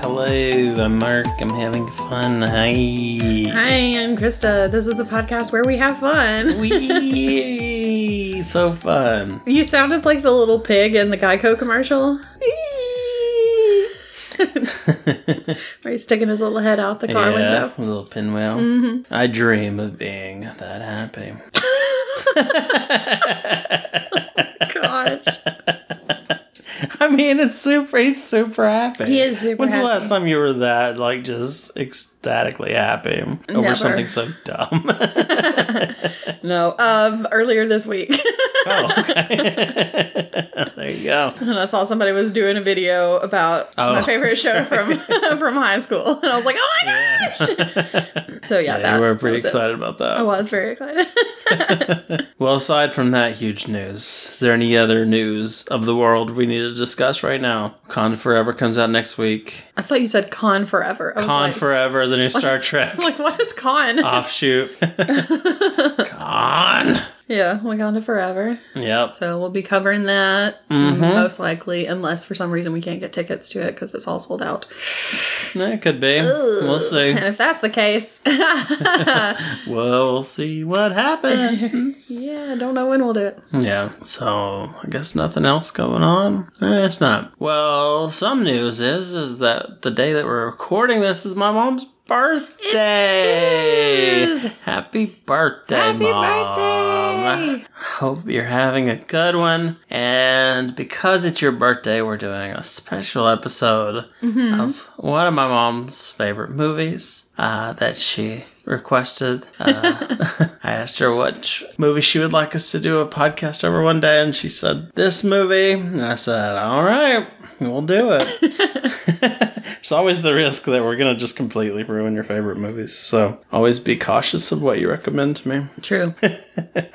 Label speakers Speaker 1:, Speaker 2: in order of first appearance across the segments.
Speaker 1: Hello, I'm Mark. I'm having fun. Hi.
Speaker 2: Hi, I'm Krista. This is the podcast where we have fun.
Speaker 1: Wee, so fun.
Speaker 2: You sounded like the little pig in the Geico commercial.
Speaker 1: Wee.
Speaker 2: Where he's sticking his little head out the car
Speaker 1: yeah,
Speaker 2: window.
Speaker 1: a little pinwheel.
Speaker 2: Mm-hmm.
Speaker 1: I dream of being that happy.
Speaker 2: Gosh.
Speaker 1: I mean, it's super. He's super happy.
Speaker 2: He is super
Speaker 1: When's the
Speaker 2: happy.
Speaker 1: last time you were that like just ecstatically happy over
Speaker 2: Never.
Speaker 1: something so dumb?
Speaker 2: No, um, earlier this week,
Speaker 1: oh, okay. there you go.
Speaker 2: and I saw somebody was doing a video about
Speaker 1: Oh,
Speaker 2: my favorite show from from high school, and I was like, oh my god! So yeah,
Speaker 1: Yeah,
Speaker 2: that
Speaker 1: you were pretty
Speaker 2: that was it.
Speaker 1: excited about that.
Speaker 2: I was very excited.
Speaker 1: Well, aside from that huge news, is there any other news of the world we need to discuss right now? Con Forever comes out next week.
Speaker 2: I thought you said con forever. I was
Speaker 1: Con
Speaker 2: like,
Speaker 1: Forever, the new
Speaker 2: what
Speaker 1: Star
Speaker 2: is-
Speaker 1: Trek
Speaker 2: Like what is con?
Speaker 1: Uh, offshoot. Con.
Speaker 2: yeah, we gone to forever.
Speaker 1: Yep.
Speaker 2: So we'll be covering that
Speaker 1: Mm-hmm.
Speaker 2: most likely, unless for some reason we can't get tickets to it because it's all sold out.
Speaker 1: That could be. We'll see.
Speaker 2: And if that's the case,
Speaker 1: We'll see what happens.
Speaker 2: yeah, I don't know when we'll do it.
Speaker 1: yeah. So I guess nothing else going on. Eh, it's not. Well, some news is is that the day that we're recording this is my mom's birthday.
Speaker 2: is.
Speaker 1: Happy birthday,
Speaker 2: Happy
Speaker 1: mom.
Speaker 2: birthday!
Speaker 1: Hope you're having a good one. And because it's your birthday, we're doing a special episode of one of my mom's favorite movies uh, that she requested. Uh, I asked her what sh- movie she would like us to do a podcast over one day, and she said, This movie. And I said, All right, we'll do it. There's always the risk that we're going to just completely ruin your favorite movies. So always be cautious of what you recommend to me.
Speaker 2: True.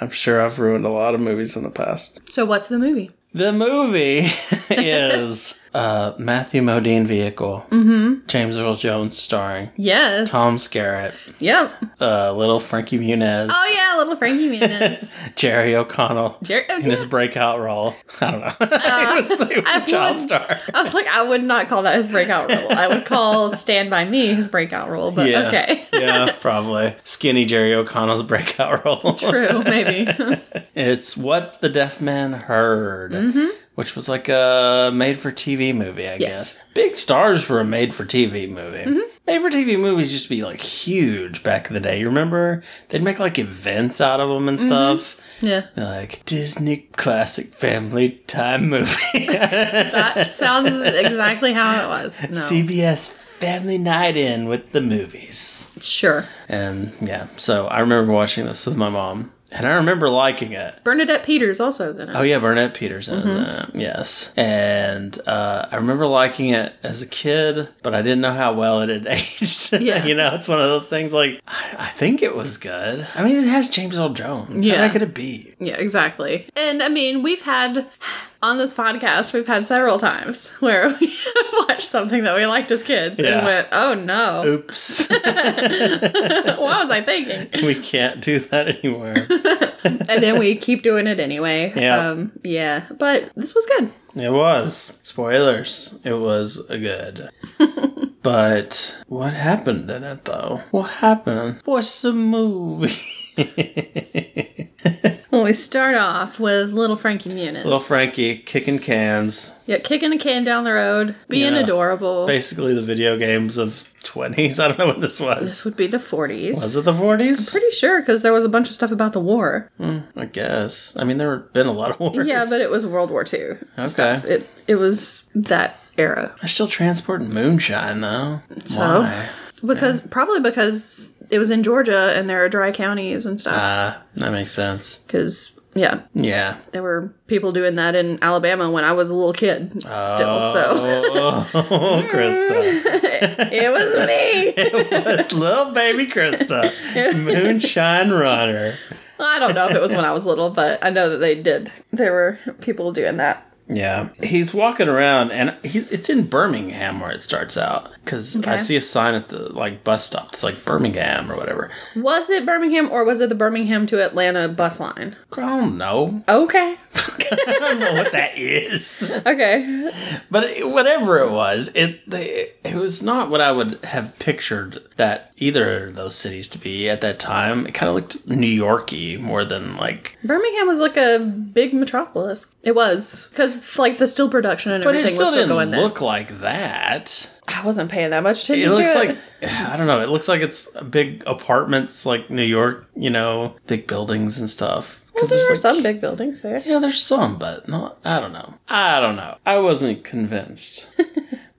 Speaker 1: I'm sure I've ruined a lot of movies in the past.
Speaker 2: So what's the movie?
Speaker 1: The movie is uh, Matthew Modine vehicle, mm-hmm. James Earl Jones starring
Speaker 2: Yes.
Speaker 1: Tom Skerritt,
Speaker 2: Yep.
Speaker 1: uh, little Frankie Muniz,
Speaker 2: Oh yeah, little Frankie Muniz.
Speaker 1: Jerry O'Connell
Speaker 2: Jerry- oh,
Speaker 1: in
Speaker 2: yeah.
Speaker 1: his breakout role. I don't know.
Speaker 2: Uh,
Speaker 1: he was, he was a
Speaker 2: I
Speaker 1: child
Speaker 2: would-
Speaker 1: star.
Speaker 2: I was like, I would not call that his breakout role. I would call Stand by Me his breakout role. But
Speaker 1: Yeah.
Speaker 2: okay.
Speaker 1: yeah, probably skinny Jerry O'Connell's breakout role.
Speaker 2: True, maybe.
Speaker 1: It's what the deaf man heard, which was like a made-for-TV movie, I
Speaker 2: Mm-hmm. Yes. Mm-hmm.
Speaker 1: guess. Big stars for a made-for-TV movie. Made-for-TV movies used to be like huge back in the day. You remember they'd make like events out of
Speaker 2: Mm-hmm.
Speaker 1: them and stuff.
Speaker 2: yeah.
Speaker 1: Like Disney classic family time movie,
Speaker 2: That sounds exactly how it was. No.
Speaker 1: CBS family night in with the movies.
Speaker 2: Sure.
Speaker 1: And yeah, so I remember watching this with my mom, and I remember liking it.
Speaker 2: Bernadette Peters also is in it.
Speaker 1: Oh yeah, Burnett Peterson. uh, yes, and uh, I remember liking it as a kid, but I didn't know how well it had aged.
Speaker 2: Yeah.
Speaker 1: you know, it's one of those things. Like I, I think it was good. I mean, it has James Earl Jones. Yeah, how
Speaker 2: Yeah.
Speaker 1: could it be?
Speaker 2: Yeah, exactly. And I mean, we've had on this podcast, we've had several times where we watched something that we liked as kids
Speaker 1: Yeah.
Speaker 2: and went, "Oh no,
Speaker 1: Oops,
Speaker 2: what was I thinking?"
Speaker 1: we can't do that anymore.
Speaker 2: And then we keep doing it anyway.
Speaker 1: Yeah.
Speaker 2: um, yeah. But this was good.
Speaker 1: It was spoilers. It was good. But what happened in it though? What happened? What's the movie?
Speaker 2: Well, we start off with little Frankie Muniz.
Speaker 1: Little Frankie kicking cans,
Speaker 2: yeah, kicking a can down the road, being
Speaker 1: Yeah.
Speaker 2: adorable.
Speaker 1: basically the video games of 20s. I don't know what this
Speaker 2: This
Speaker 1: was.
Speaker 2: would be the 40s.
Speaker 1: Was it the 40s?
Speaker 2: Pretty sure, because there was a bunch of stuff about the war.
Speaker 1: I guess. I mean, there have been a lot of wars.
Speaker 2: Yeah, but it was World War II.
Speaker 1: Okay.
Speaker 2: It it was that era.
Speaker 1: I still transport moonshine, though. So?
Speaker 2: Because probably because it was in Georgia and there are dry counties and stuff.
Speaker 1: Uh, that makes sense.
Speaker 2: Because yeah,
Speaker 1: Yeah.
Speaker 2: there were people doing that in Alabama when I was a little kid. Still, so
Speaker 1: Oh, Krista.
Speaker 2: it was me.
Speaker 1: It's little baby Krista. Moonshine runner.
Speaker 2: I don't know if it was when I was little, but I know that they did. There were people doing that.
Speaker 1: Yeah, he's walking around, and he's it's in Birmingham where it starts out because I
Speaker 2: Okay.
Speaker 1: see a sign at the like bus stop. It's like Birmingham or whatever.
Speaker 2: Was it Birmingham or was it the Birmingham to Atlanta bus line?
Speaker 1: Girl, I don't know.
Speaker 2: Okay.
Speaker 1: I don't know what that is.
Speaker 2: Okay.
Speaker 1: But it- whatever it was, it they, it was not what I would have pictured that either of those cities to be at that time. It kind of looked New Yorky more than like.
Speaker 2: Birmingham was like a big metropolis. It was because like the still production and
Speaker 1: But it
Speaker 2: everything
Speaker 1: still
Speaker 2: was still
Speaker 1: didn't
Speaker 2: going there.
Speaker 1: look like that.
Speaker 2: I wasn't paying that much attention.
Speaker 1: It looks
Speaker 2: to
Speaker 1: like I don't know. It looks like it's big apartments, like New York. You know, big buildings and stuff.
Speaker 2: well,
Speaker 1: Because
Speaker 2: there are
Speaker 1: like,
Speaker 2: some big buildings there.
Speaker 1: Yeah, there's some, but not. I don't know. I don't know. I wasn't convinced,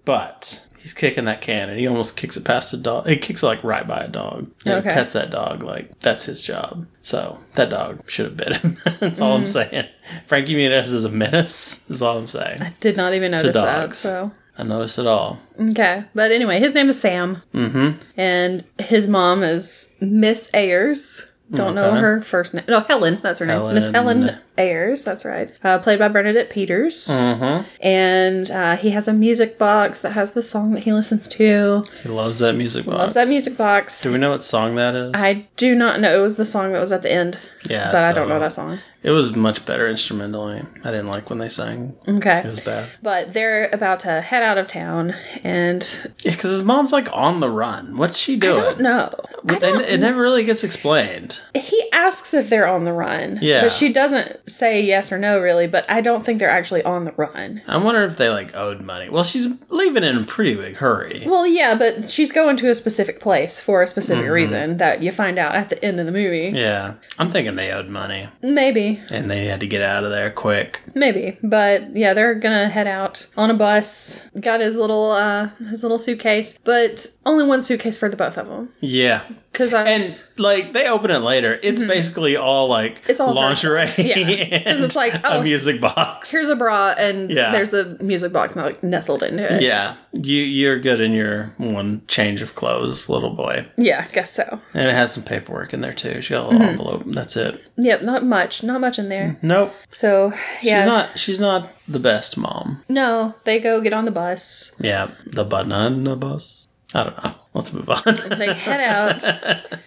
Speaker 1: but he's kicking that can, and he almost kicks it past a dog. He kicks it like right by a dog, and
Speaker 2: Okay.
Speaker 1: he pets that dog. Like that's his job. So that dog should have bit him. that's all I'm
Speaker 2: Mm-hmm.
Speaker 1: saying. Frankie Muniz is a menace. Is all I'm saying.
Speaker 2: Did not even notice that.
Speaker 1: dogs.
Speaker 2: So
Speaker 1: I noticed it all.
Speaker 2: okay, but anyway, his name is Sam, mm-hmm. and his mom is Miss Ayers. Don't know
Speaker 1: Okay.
Speaker 2: her first name. No, Helen. That's her name. Miss
Speaker 1: Helen.
Speaker 2: Helen Ayers. That's right. Uh, played by Bernadette Peters.
Speaker 1: Mm-hmm.
Speaker 2: And uh, he has a music box that has the song that he listens to.
Speaker 1: He loves that music box.
Speaker 2: Loves that music box.
Speaker 1: Do we know what song that is?
Speaker 2: I do not know. It was the song that was at the end,
Speaker 1: yeah,
Speaker 2: but I don't
Speaker 1: so-
Speaker 2: know that song.
Speaker 1: It was much better instrumentally. I didn't like when they sang.
Speaker 2: Okay.
Speaker 1: It was bad.
Speaker 2: But they're about to head out of town, and
Speaker 1: Yeah, because his mom's like on the run. What's she doing?
Speaker 2: I don't know. I
Speaker 1: But then it never really gets explained.
Speaker 2: He asks if they're on the run.
Speaker 1: Yeah.
Speaker 2: But she doesn't say yes or no, really, but I don't think they're actually on the run.
Speaker 1: I wonder if they like owed money. Well, she's leaving in a pretty big hurry.
Speaker 2: Well, yeah, but she's going to a specific place for a specific
Speaker 1: Mm-hmm.
Speaker 2: reason that you find out at the end of the movie.
Speaker 1: Yeah, I'm thinking they owed money
Speaker 2: Maybe.
Speaker 1: and they had to get out of there quick.
Speaker 2: Maybe, but yeah, they're gonna head out on a bus. Got his little uh his little suitcase, but only one suitcase for the both of them.
Speaker 1: Yeah,
Speaker 2: Cause I was-
Speaker 1: and like they open it later. It's basically all like
Speaker 2: Mm-hmm. It's all her.
Speaker 1: lingerie.
Speaker 2: Yeah.
Speaker 1: and
Speaker 2: 'Cause it's like, oh,
Speaker 1: a music box.
Speaker 2: here's a bra and
Speaker 1: Yeah.
Speaker 2: there's a music box and like nestled into it.
Speaker 1: yeah, you you're good in your one change of clothes, little boy.
Speaker 2: Yeah, I guess so.
Speaker 1: And it has some paperwork in there too. She got a little
Speaker 2: Mm-hmm.
Speaker 1: envelope. That's it.
Speaker 2: Yep, not much, not much in there.
Speaker 1: Nope.
Speaker 2: So yeah,
Speaker 1: Mm. She's not. She's not the best mom.
Speaker 2: no, they go get on the bus.
Speaker 1: Yeah. The banana bus. I don't know. Let's move on.
Speaker 2: They head out,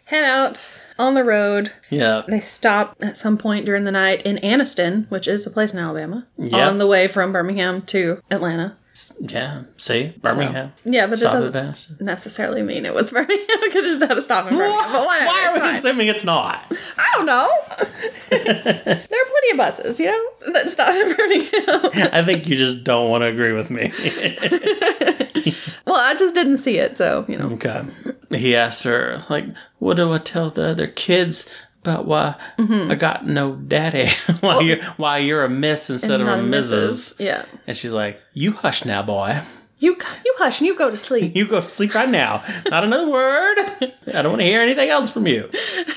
Speaker 2: head out on the road.
Speaker 1: yeah.
Speaker 2: They stop at some point during the night in Anniston, which is a place in Alabama,
Speaker 1: Yeah.
Speaker 2: on the way from Birmingham to Atlanta.
Speaker 1: Yeah. See Birmingham.
Speaker 2: Yeah, but it
Speaker 1: Stop
Speaker 2: doesn't
Speaker 1: it, Madison.
Speaker 2: necessarily mean it was Birmingham. I could just had to stop in Birmingham. But whatever.
Speaker 1: Why are
Speaker 2: it's
Speaker 1: we
Speaker 2: fine.
Speaker 1: assuming it's not?
Speaker 2: I don't know. there are plenty of buses, you know, that stop in Birmingham.
Speaker 1: I think you just don't want to agree with me.
Speaker 2: well, I just didn't see it, so you know.
Speaker 1: okay. He asks her, like, what do I tell the other kids about why I got no daddy? why you're why you're a miss instead of a
Speaker 2: Not
Speaker 1: missus?
Speaker 2: Yeah.
Speaker 1: And she's like, You hush now, boy.
Speaker 2: You you hush and you go to sleep.
Speaker 1: You go to sleep right now. Not another word. I don't want to hear anything else from you.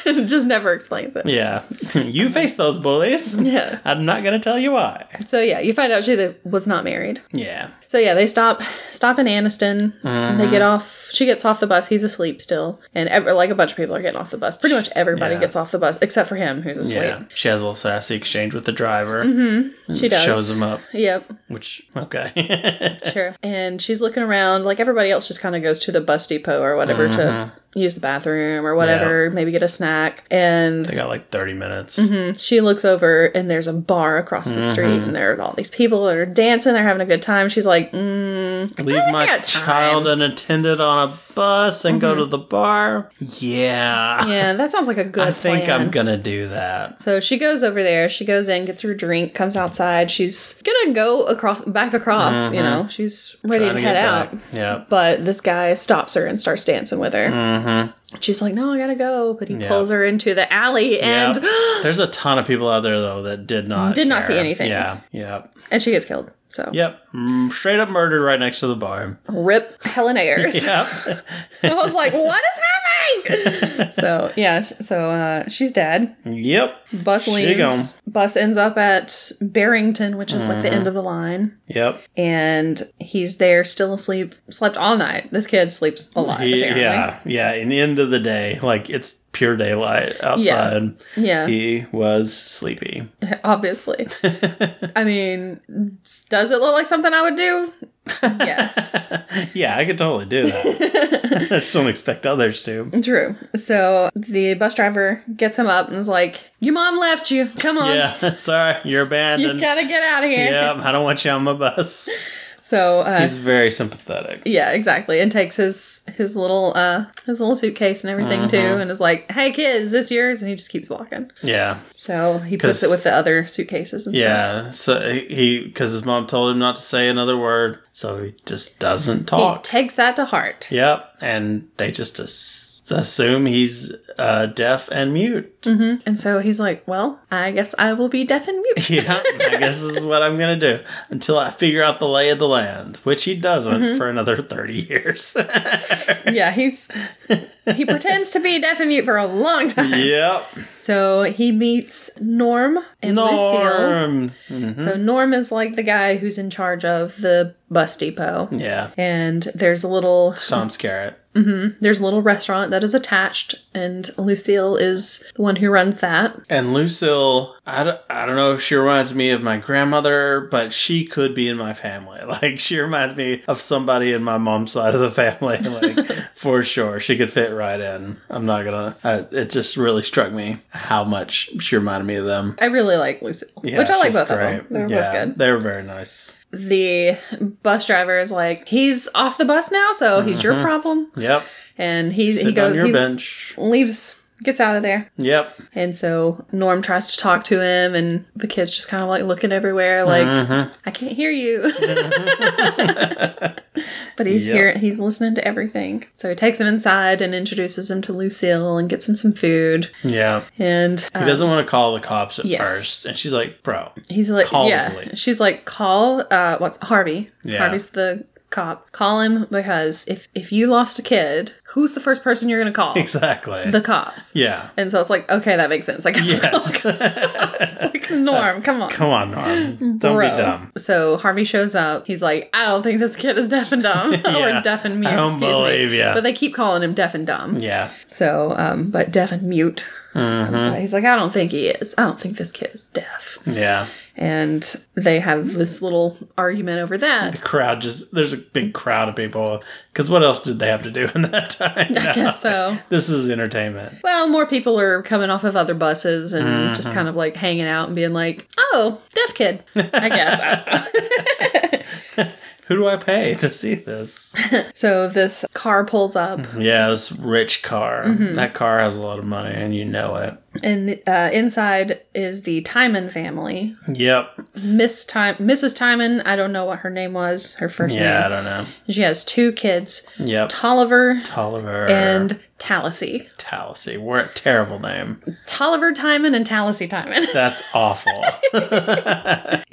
Speaker 2: just never explains it.
Speaker 1: Yeah. You face those bullies.
Speaker 2: Yeah.
Speaker 1: I'm not going to tell you why.
Speaker 2: So yeah, you find out she that was not married.
Speaker 1: Yeah.
Speaker 2: So yeah, they stop stop in Anniston. They get
Speaker 1: Uh-huh.
Speaker 2: off. She gets off the bus. He's asleep still, and ev- like a bunch of people are getting off the bus. Pretty much everybody
Speaker 1: Yeah.
Speaker 2: gets off the bus except for him, who's asleep.
Speaker 1: Yeah. She has a little sassy exchange with the driver.
Speaker 2: Mm-hmm. She does.
Speaker 1: Shows him up,
Speaker 2: Yep,
Speaker 1: which, okay.
Speaker 2: sure. And she's looking around. Like everybody else, just kind of goes to the bus depot or whatever
Speaker 1: Uh-huh.
Speaker 2: to use the bathroom or whatever. Maybe get a snack. And
Speaker 1: they got like 30 minutes.
Speaker 2: she looks over and there's a bar across the street
Speaker 1: Mm-hmm.
Speaker 2: and there are all these people that are dancing they're having a good time she's like mm,
Speaker 1: Leave my
Speaker 2: got time. Mm-hmm.
Speaker 1: child unattended on a bus and go to the bar. Yeah.
Speaker 2: yeah that sounds like a good
Speaker 1: I think
Speaker 2: plan.
Speaker 1: I'm going to do that.
Speaker 2: so she goes over there she goes in gets her drink comes outside she's gonna go across back across you know she's ready
Speaker 1: Mm-hmm. Trying to
Speaker 2: to, head
Speaker 1: get
Speaker 2: out
Speaker 1: back. Yeah.
Speaker 2: but this guy stops her and starts dancing with her mm-hmm. she's like no i gotta go but he pulls her into the alley
Speaker 1: Yeah.
Speaker 2: and
Speaker 1: There's a ton of people out there though that did not
Speaker 2: Did not see
Speaker 1: care.
Speaker 2: anything.
Speaker 1: Yeah, yeah,
Speaker 2: and she gets killed so
Speaker 1: yep. Mm, straight up murdered right next to the bar.
Speaker 2: rip helen ayers
Speaker 1: Yep.
Speaker 2: i was like what is happening dying. so yeah, so uh, she's dead.
Speaker 1: Yep.
Speaker 2: Bus
Speaker 1: She
Speaker 2: leaves. Bus ends up at Barrington, which is like
Speaker 1: Mm-hmm.
Speaker 2: the end of the line,
Speaker 1: Yep.
Speaker 2: and he's there still asleep. Slept all night. This kid sleeps a lot.
Speaker 1: He-
Speaker 2: apparently.
Speaker 1: yeah. Yeah. In the end of the day, like it's pure daylight outside.
Speaker 2: yeah.
Speaker 1: He was sleepy.
Speaker 2: Obviously. I mean, does it look like something I would do? Yes.
Speaker 1: Yeah, I could totally do that. I just don't expect others to.
Speaker 2: True. So the bus driver gets him up and is like, Your mom left you. Come on.
Speaker 1: Yeah. Sorry, you're
Speaker 2: You
Speaker 1: abandoned.
Speaker 2: gotta get out of here.
Speaker 1: Yeah, I don't want you on my bus.
Speaker 2: So uh,
Speaker 1: He's very sympathetic.
Speaker 2: yeah, exactly. And takes his his little uh his little suitcase and everything
Speaker 1: Uh-huh.
Speaker 2: too, and is like, "Hey kids, is this yours?" And he just keeps walking.
Speaker 1: Yeah.
Speaker 2: So he puts
Speaker 1: 'Cause-
Speaker 2: it with the other suitcases and stuff.
Speaker 1: Yeah. So he, because his mom told him not to say another word, so he just doesn't
Speaker 2: He
Speaker 1: talk.
Speaker 2: takes that to heart.
Speaker 1: Yep. And they just as- assume he's uh, deaf and mute.
Speaker 2: And so he's like, "Well, I guess I will be deaf and mute."
Speaker 1: yeah. I guess this is what I'm going to do until I figure out the lay of the land, which he doesn't
Speaker 2: Mm-hmm.
Speaker 1: for another 30 years.
Speaker 2: yeah, he's he pretends to be deaf and mute for a long time.
Speaker 1: yep.
Speaker 2: So he meets Norm and Lucille.
Speaker 1: Norm.
Speaker 2: So Norm is like the guy who's in charge of the bus depot.
Speaker 1: Yeah.
Speaker 2: And there's a little
Speaker 1: Tom's carrot.
Speaker 2: there's a little restaurant that is attached and Lucille is the one who runs that.
Speaker 1: And Lucille, I don't, I don't know if she reminds me of my grandmother, but she could be in my family. Like, she reminds me of somebody in my mom's side of the family. Like, for sure. She could fit right in. I'm not gonna, I, it just really struck me how much she reminded me of them.
Speaker 2: I really like Lucille,
Speaker 1: Yeah,
Speaker 2: which I like
Speaker 1: she's
Speaker 2: both
Speaker 1: great.
Speaker 2: of them. They're
Speaker 1: yeah,
Speaker 2: both good.
Speaker 1: They were very nice.
Speaker 2: The bus driver is like, he's off the bus now, so he's
Speaker 1: Mm-hmm.
Speaker 2: your problem.
Speaker 1: Yep.
Speaker 2: And he's he
Speaker 1: Sitting
Speaker 2: goes
Speaker 1: on your
Speaker 2: he
Speaker 1: bench.
Speaker 2: leaves, gets out of there.
Speaker 1: Yep.
Speaker 2: And so Norm tries to talk to him, and the kid's just kind of like looking everywhere, like
Speaker 1: Mm-hmm.
Speaker 2: I can't hear you. but he's
Speaker 1: Yep.
Speaker 2: here; he's listening to everything. So he takes him inside and introduces him to Lucille and gets him some food.
Speaker 1: Yeah.
Speaker 2: And
Speaker 1: He
Speaker 2: uh,
Speaker 1: doesn't want to call the cops at
Speaker 2: yes.
Speaker 1: first. And she's like, bro.
Speaker 2: he's like,
Speaker 1: call the
Speaker 2: yeah.
Speaker 1: police.
Speaker 2: She's like, call uh, what's Harvey?
Speaker 1: Yeah.
Speaker 2: Harvey's the cop. Call him because if if you lost a kid, who's the first person you're gonna call?
Speaker 1: Exactly.
Speaker 2: The cops.
Speaker 1: yeah.
Speaker 2: And so it's like, okay, that makes sense. I guess.
Speaker 1: Yes.
Speaker 2: It's like Norm, come on.
Speaker 1: Come on, Norm. Don't
Speaker 2: Bro.
Speaker 1: be dumb.
Speaker 2: So Harvey shows up. He's like, I don't think this kid is deaf and dumb
Speaker 1: Yeah.
Speaker 2: or deaf and mute.
Speaker 1: I don't
Speaker 2: excuse
Speaker 1: believe
Speaker 2: me.
Speaker 1: ya.
Speaker 2: But they keep calling him deaf and dumb.
Speaker 1: Yeah.
Speaker 2: So, um, but deaf and mute.
Speaker 1: Mm-hmm.
Speaker 2: But he's like, I don't think he is. I don't think this kid is deaf.
Speaker 1: Yeah.
Speaker 2: And they have this little argument over that.
Speaker 1: Crowd just, there's a big crowd of people. Because what else did they have to do in that time?
Speaker 2: I guess so.
Speaker 1: This is entertainment.
Speaker 2: Well, more people are coming off of other buses and just
Speaker 1: Mm-hmm.
Speaker 2: kind of like hanging out and being like, "Oh, deaf kid." I guess.
Speaker 1: Who do I pay to see this?
Speaker 2: so this car pulls up
Speaker 1: yeah, this rich car.
Speaker 2: Mm-hmm.
Speaker 1: That car has a lot of money and you know it.
Speaker 2: And uh, inside is the Timon family.
Speaker 1: Yep.
Speaker 2: Miss Time, Mrs. Timon. I don't know what her name was. Her first
Speaker 1: Yeah, I
Speaker 2: name.
Speaker 1: don't know.
Speaker 2: She has two kids,
Speaker 1: Yep.
Speaker 2: Tolliver
Speaker 1: Tolliver
Speaker 2: and Tallassy.
Speaker 1: Tallassy. What a terrible name.
Speaker 2: Tolliver Timon and Tallassy Timon.
Speaker 1: That's awful.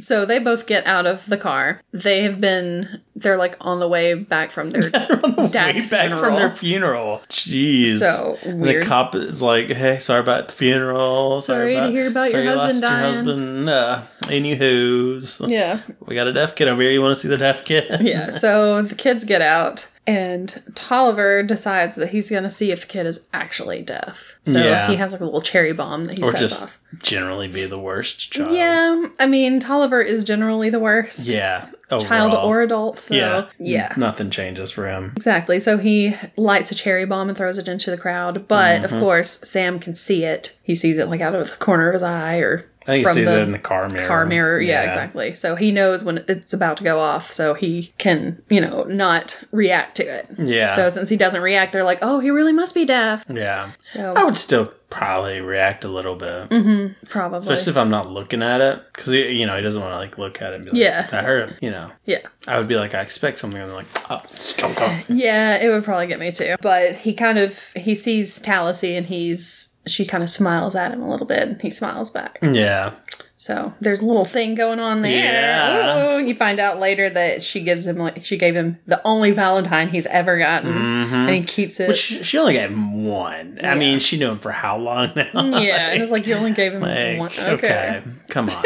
Speaker 2: so they both get out of the car. They have been. They're like on the way back from their dad's
Speaker 1: Way back
Speaker 2: funeral.
Speaker 1: from their funeral. Jeez.
Speaker 2: So
Speaker 1: And
Speaker 2: weird.
Speaker 1: The cop is like, "Hey, sorry about the funeral.
Speaker 2: Sorry to hear about
Speaker 1: sorry
Speaker 2: your
Speaker 1: you lost
Speaker 2: husband dying."
Speaker 1: husband. Uh, anywho's.
Speaker 2: yeah,
Speaker 1: We got a deaf kid over here. You want to see the deaf kid?
Speaker 2: yeah. So the kids get out, and Tolliver decides that he's going to see if the kid is actually deaf. So
Speaker 1: Yeah.
Speaker 2: he has like a little cherry bomb that he
Speaker 1: or
Speaker 2: sets
Speaker 1: just
Speaker 2: off.
Speaker 1: generally be the worst child.
Speaker 2: Yeah, I mean Tolliver is generally the worst
Speaker 1: Yeah.
Speaker 2: child
Speaker 1: overall.
Speaker 2: or adult. So
Speaker 1: yeah.
Speaker 2: yeah,
Speaker 1: Nothing changes for him.
Speaker 2: exactly. So he lights a cherry bomb and throws it into the crowd, but
Speaker 1: Mm-hmm.
Speaker 2: of course Sam can see it. He sees it like out of the corner of his eye or
Speaker 1: I think
Speaker 2: from
Speaker 1: he sees
Speaker 2: the
Speaker 1: it in the car mirror.
Speaker 2: car mirror. Yeah, exactly. So he knows when it's about to go off, so he can you know not react to it.
Speaker 1: Yeah.
Speaker 2: So since he doesn't react, they're like, oh, he really must be deaf.
Speaker 1: Yeah.
Speaker 2: So
Speaker 1: I would still probably react a little bit,
Speaker 2: Mm-hmm. probably
Speaker 1: especially if I'm not looking at it, because you know he doesn't want to like look at it and be like,
Speaker 2: Yeah.
Speaker 1: I heard him." You know,
Speaker 2: yeah.
Speaker 1: I would be like, I expect something, and I'm like, oh, skunk off.
Speaker 2: Yeah, it would probably get me too. But he kind of he sees Tallassy and he's she kind of smiles at him a little bit and he smiles back.
Speaker 1: Yeah.
Speaker 2: So there's a little thing going on there.
Speaker 1: Yeah.
Speaker 2: Ooh, you find out later that she gives him like she gave him the only Valentine he's ever gotten,
Speaker 1: Mm-hmm.
Speaker 2: and he keeps it.
Speaker 1: But she, she only gave him one. I mean, she knew him for how long now?
Speaker 2: yeah, and it's like you only gave him
Speaker 1: Like,
Speaker 2: Mm, one.
Speaker 1: okay. come on.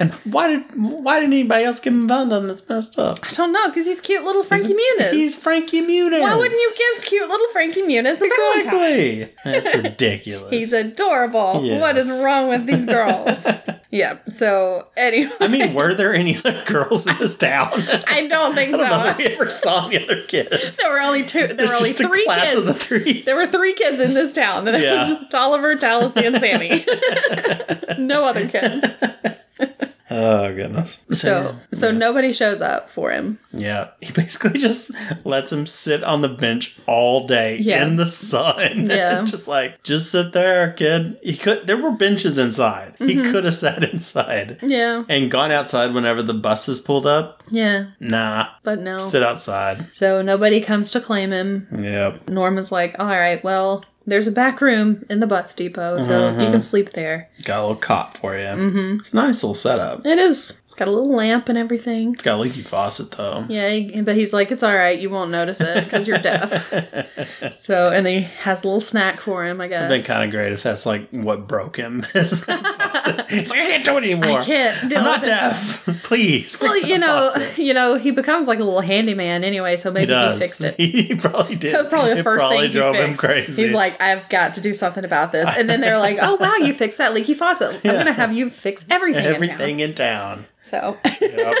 Speaker 1: and why did why did anybody else give him Valentine? That's messed up.
Speaker 2: I don't know because he's cute little Frankie Muniz.
Speaker 1: He's Frankie Muniz.
Speaker 2: Why wouldn't you give cute little Frankie Muniz a Valentine?
Speaker 1: Exactly. That's ridiculous.
Speaker 2: He's adorable. What is
Speaker 1: Yes.
Speaker 2: wrong with these girls? yeah. So anyway,
Speaker 1: I mean, were there any other girls in this town?
Speaker 2: I don't think so.
Speaker 1: I ever saw the other kids.
Speaker 2: There were only two. There were
Speaker 1: It's
Speaker 2: only
Speaker 1: just a
Speaker 2: three
Speaker 1: class
Speaker 2: kids.
Speaker 1: of three.
Speaker 2: There were three kids in this town. There
Speaker 1: Yeah.
Speaker 2: was Tolliver, Tallassee, and Sammy. no other kids.
Speaker 1: Oh goodness.
Speaker 2: So so nobody shows up for him.
Speaker 1: Yeah, he basically just lets him sit on the bench all day
Speaker 2: Yeah.
Speaker 1: in the sun.
Speaker 2: Yeah.
Speaker 1: just like just sit there, kid. He could. There were benches inside. He could have sat inside
Speaker 2: Mm-hmm. Yeah.
Speaker 1: and gone outside whenever the buses pulled up.
Speaker 2: Yeah.
Speaker 1: Nah,
Speaker 2: But no.
Speaker 1: sit outside.
Speaker 2: So nobody comes to claim him.
Speaker 1: Yep.
Speaker 2: Norman's like, all right, well, there's a back room in the bus depot, so you can sleep there.
Speaker 1: Got a little cot for you. Mm-hmm. It's a nice little setup.
Speaker 2: It is. It's got a little lamp and everything.
Speaker 1: Got a leaky faucet though.
Speaker 2: Yeah, he- but he's like, it's all right. You won't notice it because you're deaf. so, and he has a little snack for him, I guess.
Speaker 1: Been kind of great if that's like what broke him. it's like I can't do it anymore.
Speaker 2: I can't deal
Speaker 1: I'm not
Speaker 2: with this.
Speaker 1: deaf. Please.
Speaker 2: Well,
Speaker 1: fix
Speaker 2: you
Speaker 1: the
Speaker 2: know,
Speaker 1: faucet.
Speaker 2: you know, he becomes like a little handyman anyway. So
Speaker 1: He
Speaker 2: maybe he,
Speaker 1: does.
Speaker 2: fixed it.
Speaker 1: He probably did.
Speaker 2: That was probably the
Speaker 1: It
Speaker 2: first
Speaker 1: probably
Speaker 2: thing he
Speaker 1: drove
Speaker 2: fixed.
Speaker 1: him crazy.
Speaker 2: He's like, I've got to do something about this. And then they're like, Oh wow, you fixed that leaky faucet. I'm gonna have you fix everything.
Speaker 1: everything in town.
Speaker 2: In town. So,
Speaker 1: Yep.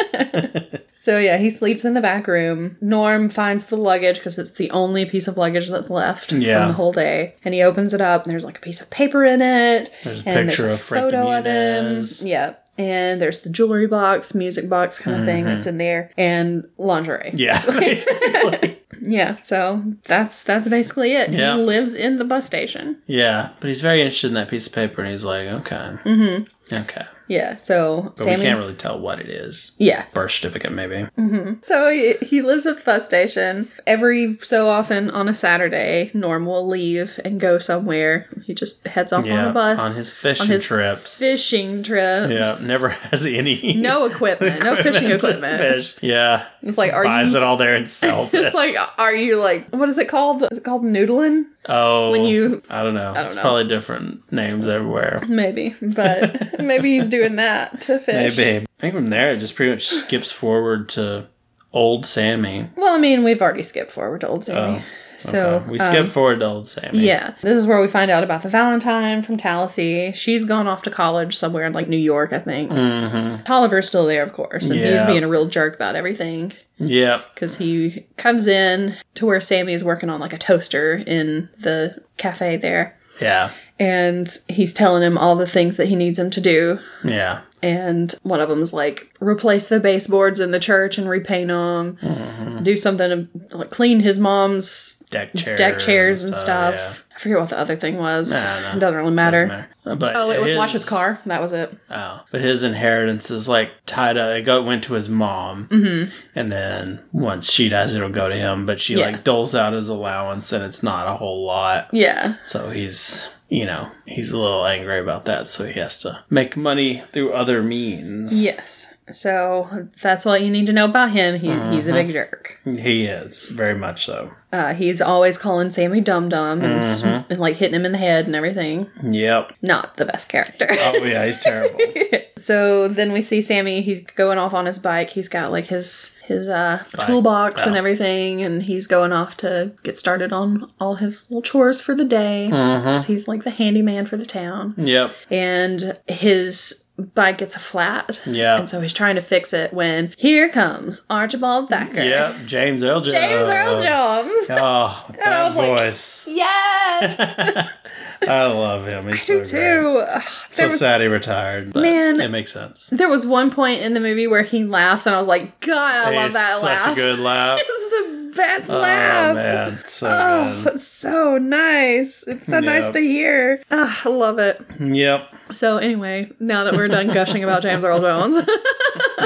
Speaker 2: so yeah, he sleeps in the back room. Norm finds the luggage because it's the only piece of luggage that's left
Speaker 1: Yeah.
Speaker 2: from the whole day, and he opens it up. And there's like a piece of paper in it.
Speaker 1: There's a
Speaker 2: and
Speaker 1: picture of Frankie Muniz.
Speaker 2: Yeah. And there's the jewelry box, music box kind of thing that's in there, and lingerie.
Speaker 1: Mm-hmm. yeah, basically.
Speaker 2: Yeah, so that's that's basically it.
Speaker 1: Yeah.
Speaker 2: He lives in the bus station.
Speaker 1: yeah. But he's very interested in that piece of paper, and he's like, okay, okay,
Speaker 2: Yeah,
Speaker 1: but
Speaker 2: so
Speaker 1: we
Speaker 2: Mm-hmm. Sammy.
Speaker 1: can't really tell what it is.
Speaker 2: yeah,
Speaker 1: Birth certificate, maybe.
Speaker 2: so he, he lives at the bus station. Every so often on a Saturday, Norm will leave and go somewhere. He just heads off on
Speaker 1: Yeah,
Speaker 2: a bus
Speaker 1: on his fishing
Speaker 2: his
Speaker 1: trips.
Speaker 2: fishing trips.
Speaker 1: yeah, never has any.
Speaker 2: no equipment, no fishing
Speaker 1: to
Speaker 2: equipment.
Speaker 1: Fish. Yeah,
Speaker 2: It's like are
Speaker 1: buys
Speaker 2: you?
Speaker 1: it all there and sells it.
Speaker 2: It's like are you like what is it called? Is it called noodling?
Speaker 1: oh,
Speaker 2: when you-
Speaker 1: I don't know. it's
Speaker 2: know.
Speaker 1: probably different names everywhere.
Speaker 2: Maybe, but maybe he's doing that to fish.
Speaker 1: Maybe. I think from there it just pretty much skips forward to old Sammy.
Speaker 2: Well, I mean, we've already skipped forward to old Sammy. So
Speaker 1: Oh, we
Speaker 2: um,
Speaker 1: skip forward to old Sammy.
Speaker 2: yeah, this is where we find out about the Valentine from Tallahassee. She's gone off to college somewhere in like New York, I think. Tolliver's still there, of course, and he's
Speaker 1: Mm-hmm. Yeah.
Speaker 2: being a real jerk about everything
Speaker 1: Yeah.
Speaker 2: because he comes in to where Sammy is working on like a toaster in the cafe there,
Speaker 1: Yeah.
Speaker 2: and he's telling him all the things that he needs him to do.
Speaker 1: Yeah.
Speaker 2: And one of them is like replace the baseboards in the church and repaint them, do something to like clean his mom's
Speaker 1: Deck chairs.
Speaker 2: deck chairs and stuff.
Speaker 1: yeah.
Speaker 2: I forget what the other thing was.
Speaker 1: Nah, nah.
Speaker 2: Doesn't really matter.
Speaker 1: Doesn't matter. Uh, But
Speaker 2: Oh, it was
Speaker 1: his,
Speaker 2: wash his car. That was it.
Speaker 1: Oh, but his inheritance is like tied up. It go, went to his mom, mm-hmm. and then once she dies, it'll go to him. But she
Speaker 2: Yeah.
Speaker 1: like doles out his allowance, and it's not a whole lot.
Speaker 2: Yeah.
Speaker 1: So he's, you know, he's a little angry about that. So he has to make money through other means.
Speaker 2: Yes. So that's all you need to know about him. He, He's a big jerk.
Speaker 1: He is very much so.
Speaker 2: Uh, he's always calling Sammy dum dum and, s and like hitting him in the head and everything.
Speaker 1: Yep.
Speaker 2: Not the best character.
Speaker 1: Oh yeah, he's terrible.
Speaker 2: so then we see Sammy. He's going off on his bike. He's got like his his uh, toolbox and everything, and he's going off to get started on all his little chores for the day.
Speaker 1: Mm-hmm.
Speaker 2: 'cause he's like the handyman for the town.
Speaker 1: yep.
Speaker 2: and his bike gets a flat.
Speaker 1: Yeah.
Speaker 2: And so he's trying to fix it when here comes Archibald Thacker.
Speaker 1: Yep. James Earl Jones.
Speaker 2: James Earl
Speaker 1: Uh,
Speaker 2: Jones.
Speaker 1: Oh,
Speaker 2: I
Speaker 1: that
Speaker 2: was like,
Speaker 1: voice.
Speaker 2: Yes.
Speaker 1: I love him. He's so
Speaker 2: Me
Speaker 1: great. Too.
Speaker 2: too. Ugh,
Speaker 1: So
Speaker 2: There was,
Speaker 1: sad he retired, but
Speaker 2: Man.
Speaker 1: it makes sense.
Speaker 2: there was one point in the movie where he laughs, and I was like, God, I love
Speaker 1: He's
Speaker 2: that
Speaker 1: such
Speaker 2: laugh.
Speaker 1: a good laugh.
Speaker 2: It's the best
Speaker 1: Oh
Speaker 2: laugh.
Speaker 1: man, so
Speaker 2: Oh, it's so nice. It's so nice
Speaker 1: Yep.
Speaker 2: to hear. Ah, I love it.
Speaker 1: good. Yep.
Speaker 2: So anyway, now that we're done gushing about James Earl Jones,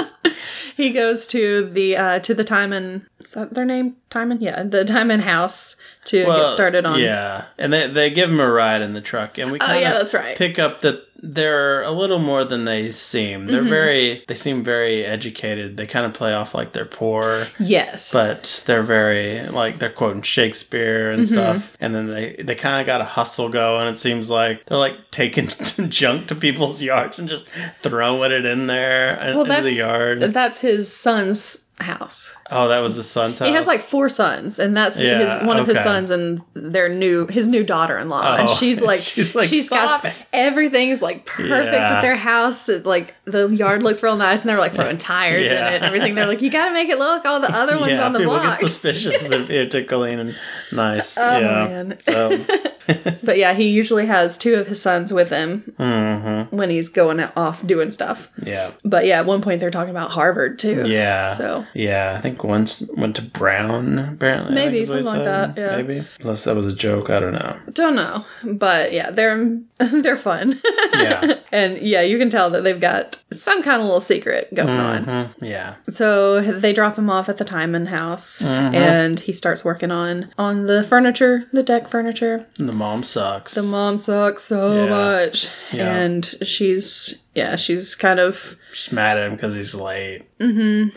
Speaker 2: he goes to the uh, to the Timon. Is that their name? Timon, yeah, the Timon house to
Speaker 1: Well,
Speaker 2: get started on.
Speaker 1: Yeah, and they they give him a ride in the truck, and we
Speaker 2: Oh
Speaker 1: kind of
Speaker 2: yeah, that's right.
Speaker 1: pick up that they're a little more than they seem.
Speaker 2: Mm-hmm.
Speaker 1: They're very they seem very educated. They kind of play off like they're poor,
Speaker 2: Yes.
Speaker 1: but they're very like they're quoting Shakespeare
Speaker 2: Mm-hmm.
Speaker 1: and stuff. And then they they kind of got a hustle going. It seems like they're like taking junk to people's yards and just throwing it in there in-
Speaker 2: well,
Speaker 1: into
Speaker 2: that's
Speaker 1: the yard.
Speaker 2: That's his son's house.
Speaker 1: Oh, that was the son's house.
Speaker 2: He has like four sons, and that's
Speaker 1: Yeah,
Speaker 2: his one of his
Speaker 1: okay.
Speaker 2: sons and their new his new daughter-in-law, and
Speaker 1: Oh,
Speaker 2: she's like
Speaker 1: she's like,
Speaker 2: she's got
Speaker 1: "Stop it."
Speaker 2: everything's like perfect
Speaker 1: Yeah.
Speaker 2: at their house. It, like the yard looks real nice, and they're like throwing tires
Speaker 1: Yeah.
Speaker 2: in it and everything. They're like, you gotta make it look all the other ones on the
Speaker 1: people
Speaker 2: block.
Speaker 1: get suspicious if you're tickling and nice.
Speaker 2: Oh,
Speaker 1: yeah.
Speaker 2: man.
Speaker 1: So, um,
Speaker 2: But yeah, he usually has two of his sons with him
Speaker 1: Mm-hmm.
Speaker 2: when he's going off doing stuff.
Speaker 1: yeah.
Speaker 2: But yeah, at one point they're talking about Harvard too.
Speaker 1: Yeah.
Speaker 2: So
Speaker 1: Yeah, I think once went to Brown apparently. I
Speaker 2: Maybe,
Speaker 1: think is what he
Speaker 2: something like
Speaker 1: said.
Speaker 2: that, yeah.
Speaker 1: Maybe unless that was a joke, I don't know.
Speaker 2: don't know, but yeah, they're they're fun.
Speaker 1: Yeah,
Speaker 2: And yeah, you can tell that they've got some kind of little secret going on.
Speaker 1: Mhm. yeah,
Speaker 2: So they drop him off at the Timon house
Speaker 1: Mm-hmm.
Speaker 2: and he starts working on on the furniture, the deck furniture.
Speaker 1: the mom sucks.
Speaker 2: The mom sucks so
Speaker 1: Yeah.
Speaker 2: much.
Speaker 1: Yeah.
Speaker 2: And she's yeah, she's kind of
Speaker 1: She's mad at him because he's late.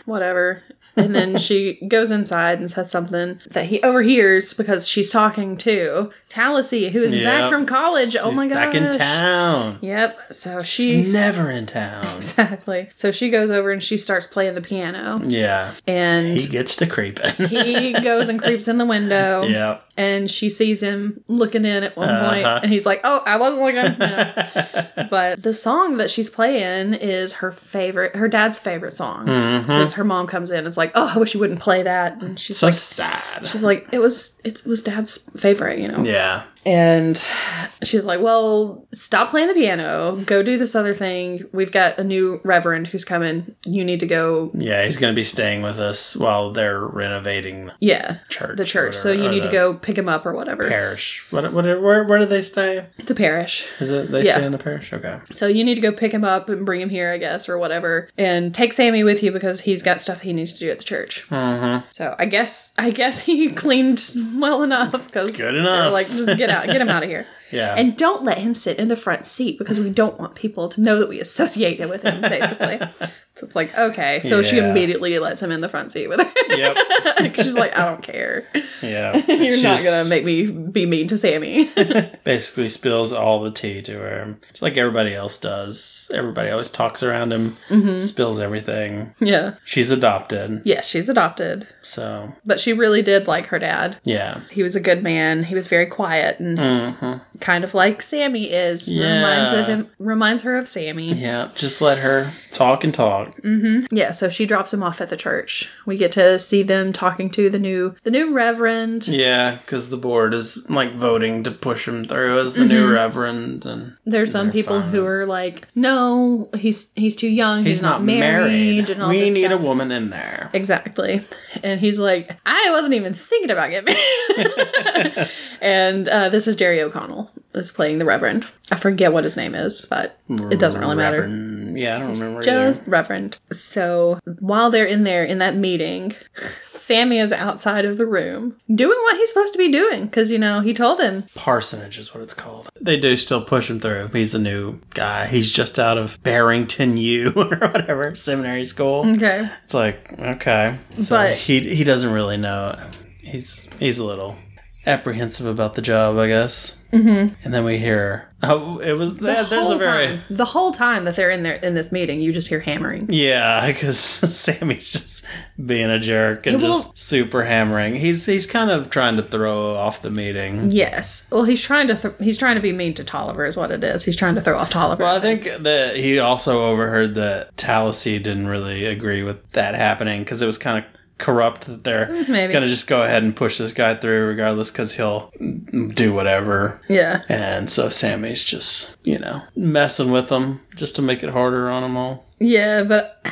Speaker 2: whatever. And then she goes inside and says something that he overhears because she's talking to Tallassee, who is
Speaker 1: Yep.
Speaker 2: back from college. oh
Speaker 1: He's
Speaker 2: my god.
Speaker 1: back in town.
Speaker 2: Yep. So she
Speaker 1: She's never in town.
Speaker 2: Exactly. So she goes over and she starts playing the piano.
Speaker 1: Yeah,
Speaker 2: and
Speaker 1: he gets to creeping.
Speaker 2: he goes and creeps in the window.
Speaker 1: yeah,
Speaker 2: And she sees him looking in at one point,
Speaker 1: Uh-huh.
Speaker 2: and he's like, "Oh, I wasn't looking." No. but the song that she's playing is her favorite, her dad's favorite song,
Speaker 1: Mm-hmm.
Speaker 2: because her mom comes in, and is like, "Oh, I wish you wouldn't play that," and she's
Speaker 1: so
Speaker 2: like,
Speaker 1: sad.
Speaker 2: "She's like, it was, it was dad's favorite, you know."
Speaker 1: yeah,
Speaker 2: And she's like, Well, stop playing the piano. Go do this other thing. We've got a new reverend who's coming. You need to go.
Speaker 1: yeah, he's gonna be staying with us while they're renovating
Speaker 2: Yeah.
Speaker 1: church,
Speaker 2: The church.
Speaker 1: or
Speaker 2: So
Speaker 1: whatever,
Speaker 2: you
Speaker 1: or
Speaker 2: need to
Speaker 1: the
Speaker 2: go pick him up or whatever.
Speaker 1: parish. What? What? Where? Where do they stay?
Speaker 2: The parish.
Speaker 1: Is it they
Speaker 2: Yeah.
Speaker 1: stay in the parish? Okay.
Speaker 2: So you need to go pick him up and bring him here, I guess, or whatever. And take Sammy with you because he's got stuff he needs to do at the church.
Speaker 1: Mm-hmm.
Speaker 2: So I guess I guess he cleaned well enough because
Speaker 1: Good enough.
Speaker 2: Like just get out, get him out of here,
Speaker 1: Yeah.
Speaker 2: and don't let him sit in the front seat because we don't want people to know that we associate it with him. Basically, so it's like okay, so she
Speaker 1: Yeah.
Speaker 2: immediately lets him in the front seat with her.
Speaker 1: yep.
Speaker 2: She's like, I don't care.
Speaker 1: Yeah.
Speaker 2: You're
Speaker 1: She
Speaker 2: not
Speaker 1: just
Speaker 2: gonna make me be mean to Sammy.
Speaker 1: basically spills all the tea to her. Just like everybody else does. Everybody always talks around him,
Speaker 2: Mm-hmm.
Speaker 1: spills everything.
Speaker 2: yeah,
Speaker 1: She's adopted.
Speaker 2: yeah, she's adopted,
Speaker 1: So,
Speaker 2: but she really did like her dad.
Speaker 1: yeah.
Speaker 2: He was a good man. He was very quiet and kind of like Sammy is. Reminds
Speaker 1: Mm-hmm. Yeah.
Speaker 2: of him reminds her of Sammy.
Speaker 1: Yeah. Just let her Mm-hmm. talk and talk.
Speaker 2: Yeah, so she drops him off at the church. We get to see them talking to the new the new reverend.
Speaker 1: Yeah. Because the board is like voting to push him through as the new reverend. And
Speaker 2: There's some people who are like, "No, he's he's too young. He's, not, married. and all
Speaker 1: we
Speaker 2: this
Speaker 1: need
Speaker 2: stuff.
Speaker 1: a woman in there.
Speaker 2: Exactly. And he's like, I wasn't even thinking about getting married. and uh, this is Jerry O'Connell is playing the Reverend. I forget what his name is, but it doesn't really matter.
Speaker 1: Reverend- Yeah. I don't remember.
Speaker 2: Just Reverend. So while they're in there in that meeting, Sammy is outside of the room doing what he's supposed to be doing because, you know, he told him.
Speaker 1: parsonage is what it's called. They do still push him through. He's a new guy. He's just out of Barrington U or whatever seminary school.
Speaker 2: Okay.
Speaker 1: It's like okay, so
Speaker 2: But-
Speaker 1: he he doesn't really know. He's he's a little apprehensive about the job, I guess. Mm-hmm. And then we hear oh, it was that. There's a
Speaker 2: Whole
Speaker 1: very
Speaker 2: time- the whole time that they're in there in this meeting, you just hear hammering.
Speaker 1: yeah, because Sammy's just being a jerk and
Speaker 2: Yeah, well-
Speaker 1: just super hammering. He's he's kind of trying to throw off the meeting.
Speaker 2: Yes. Well, he's trying to th- he's trying to be mean to Tolliver is what it is. He's trying to throw off Tolliver.
Speaker 1: Well, I think that he also overheard that Tallahassee didn't really agree with that happening because it was kind of corrupt that they're
Speaker 2: Mm, maybe.
Speaker 1: going to just go ahead and push this guy through regardless because he'll do whatever.
Speaker 2: Yeah.
Speaker 1: And so Sammy's just, you know, messing with them just to make it harder on them all.
Speaker 2: Yeah, but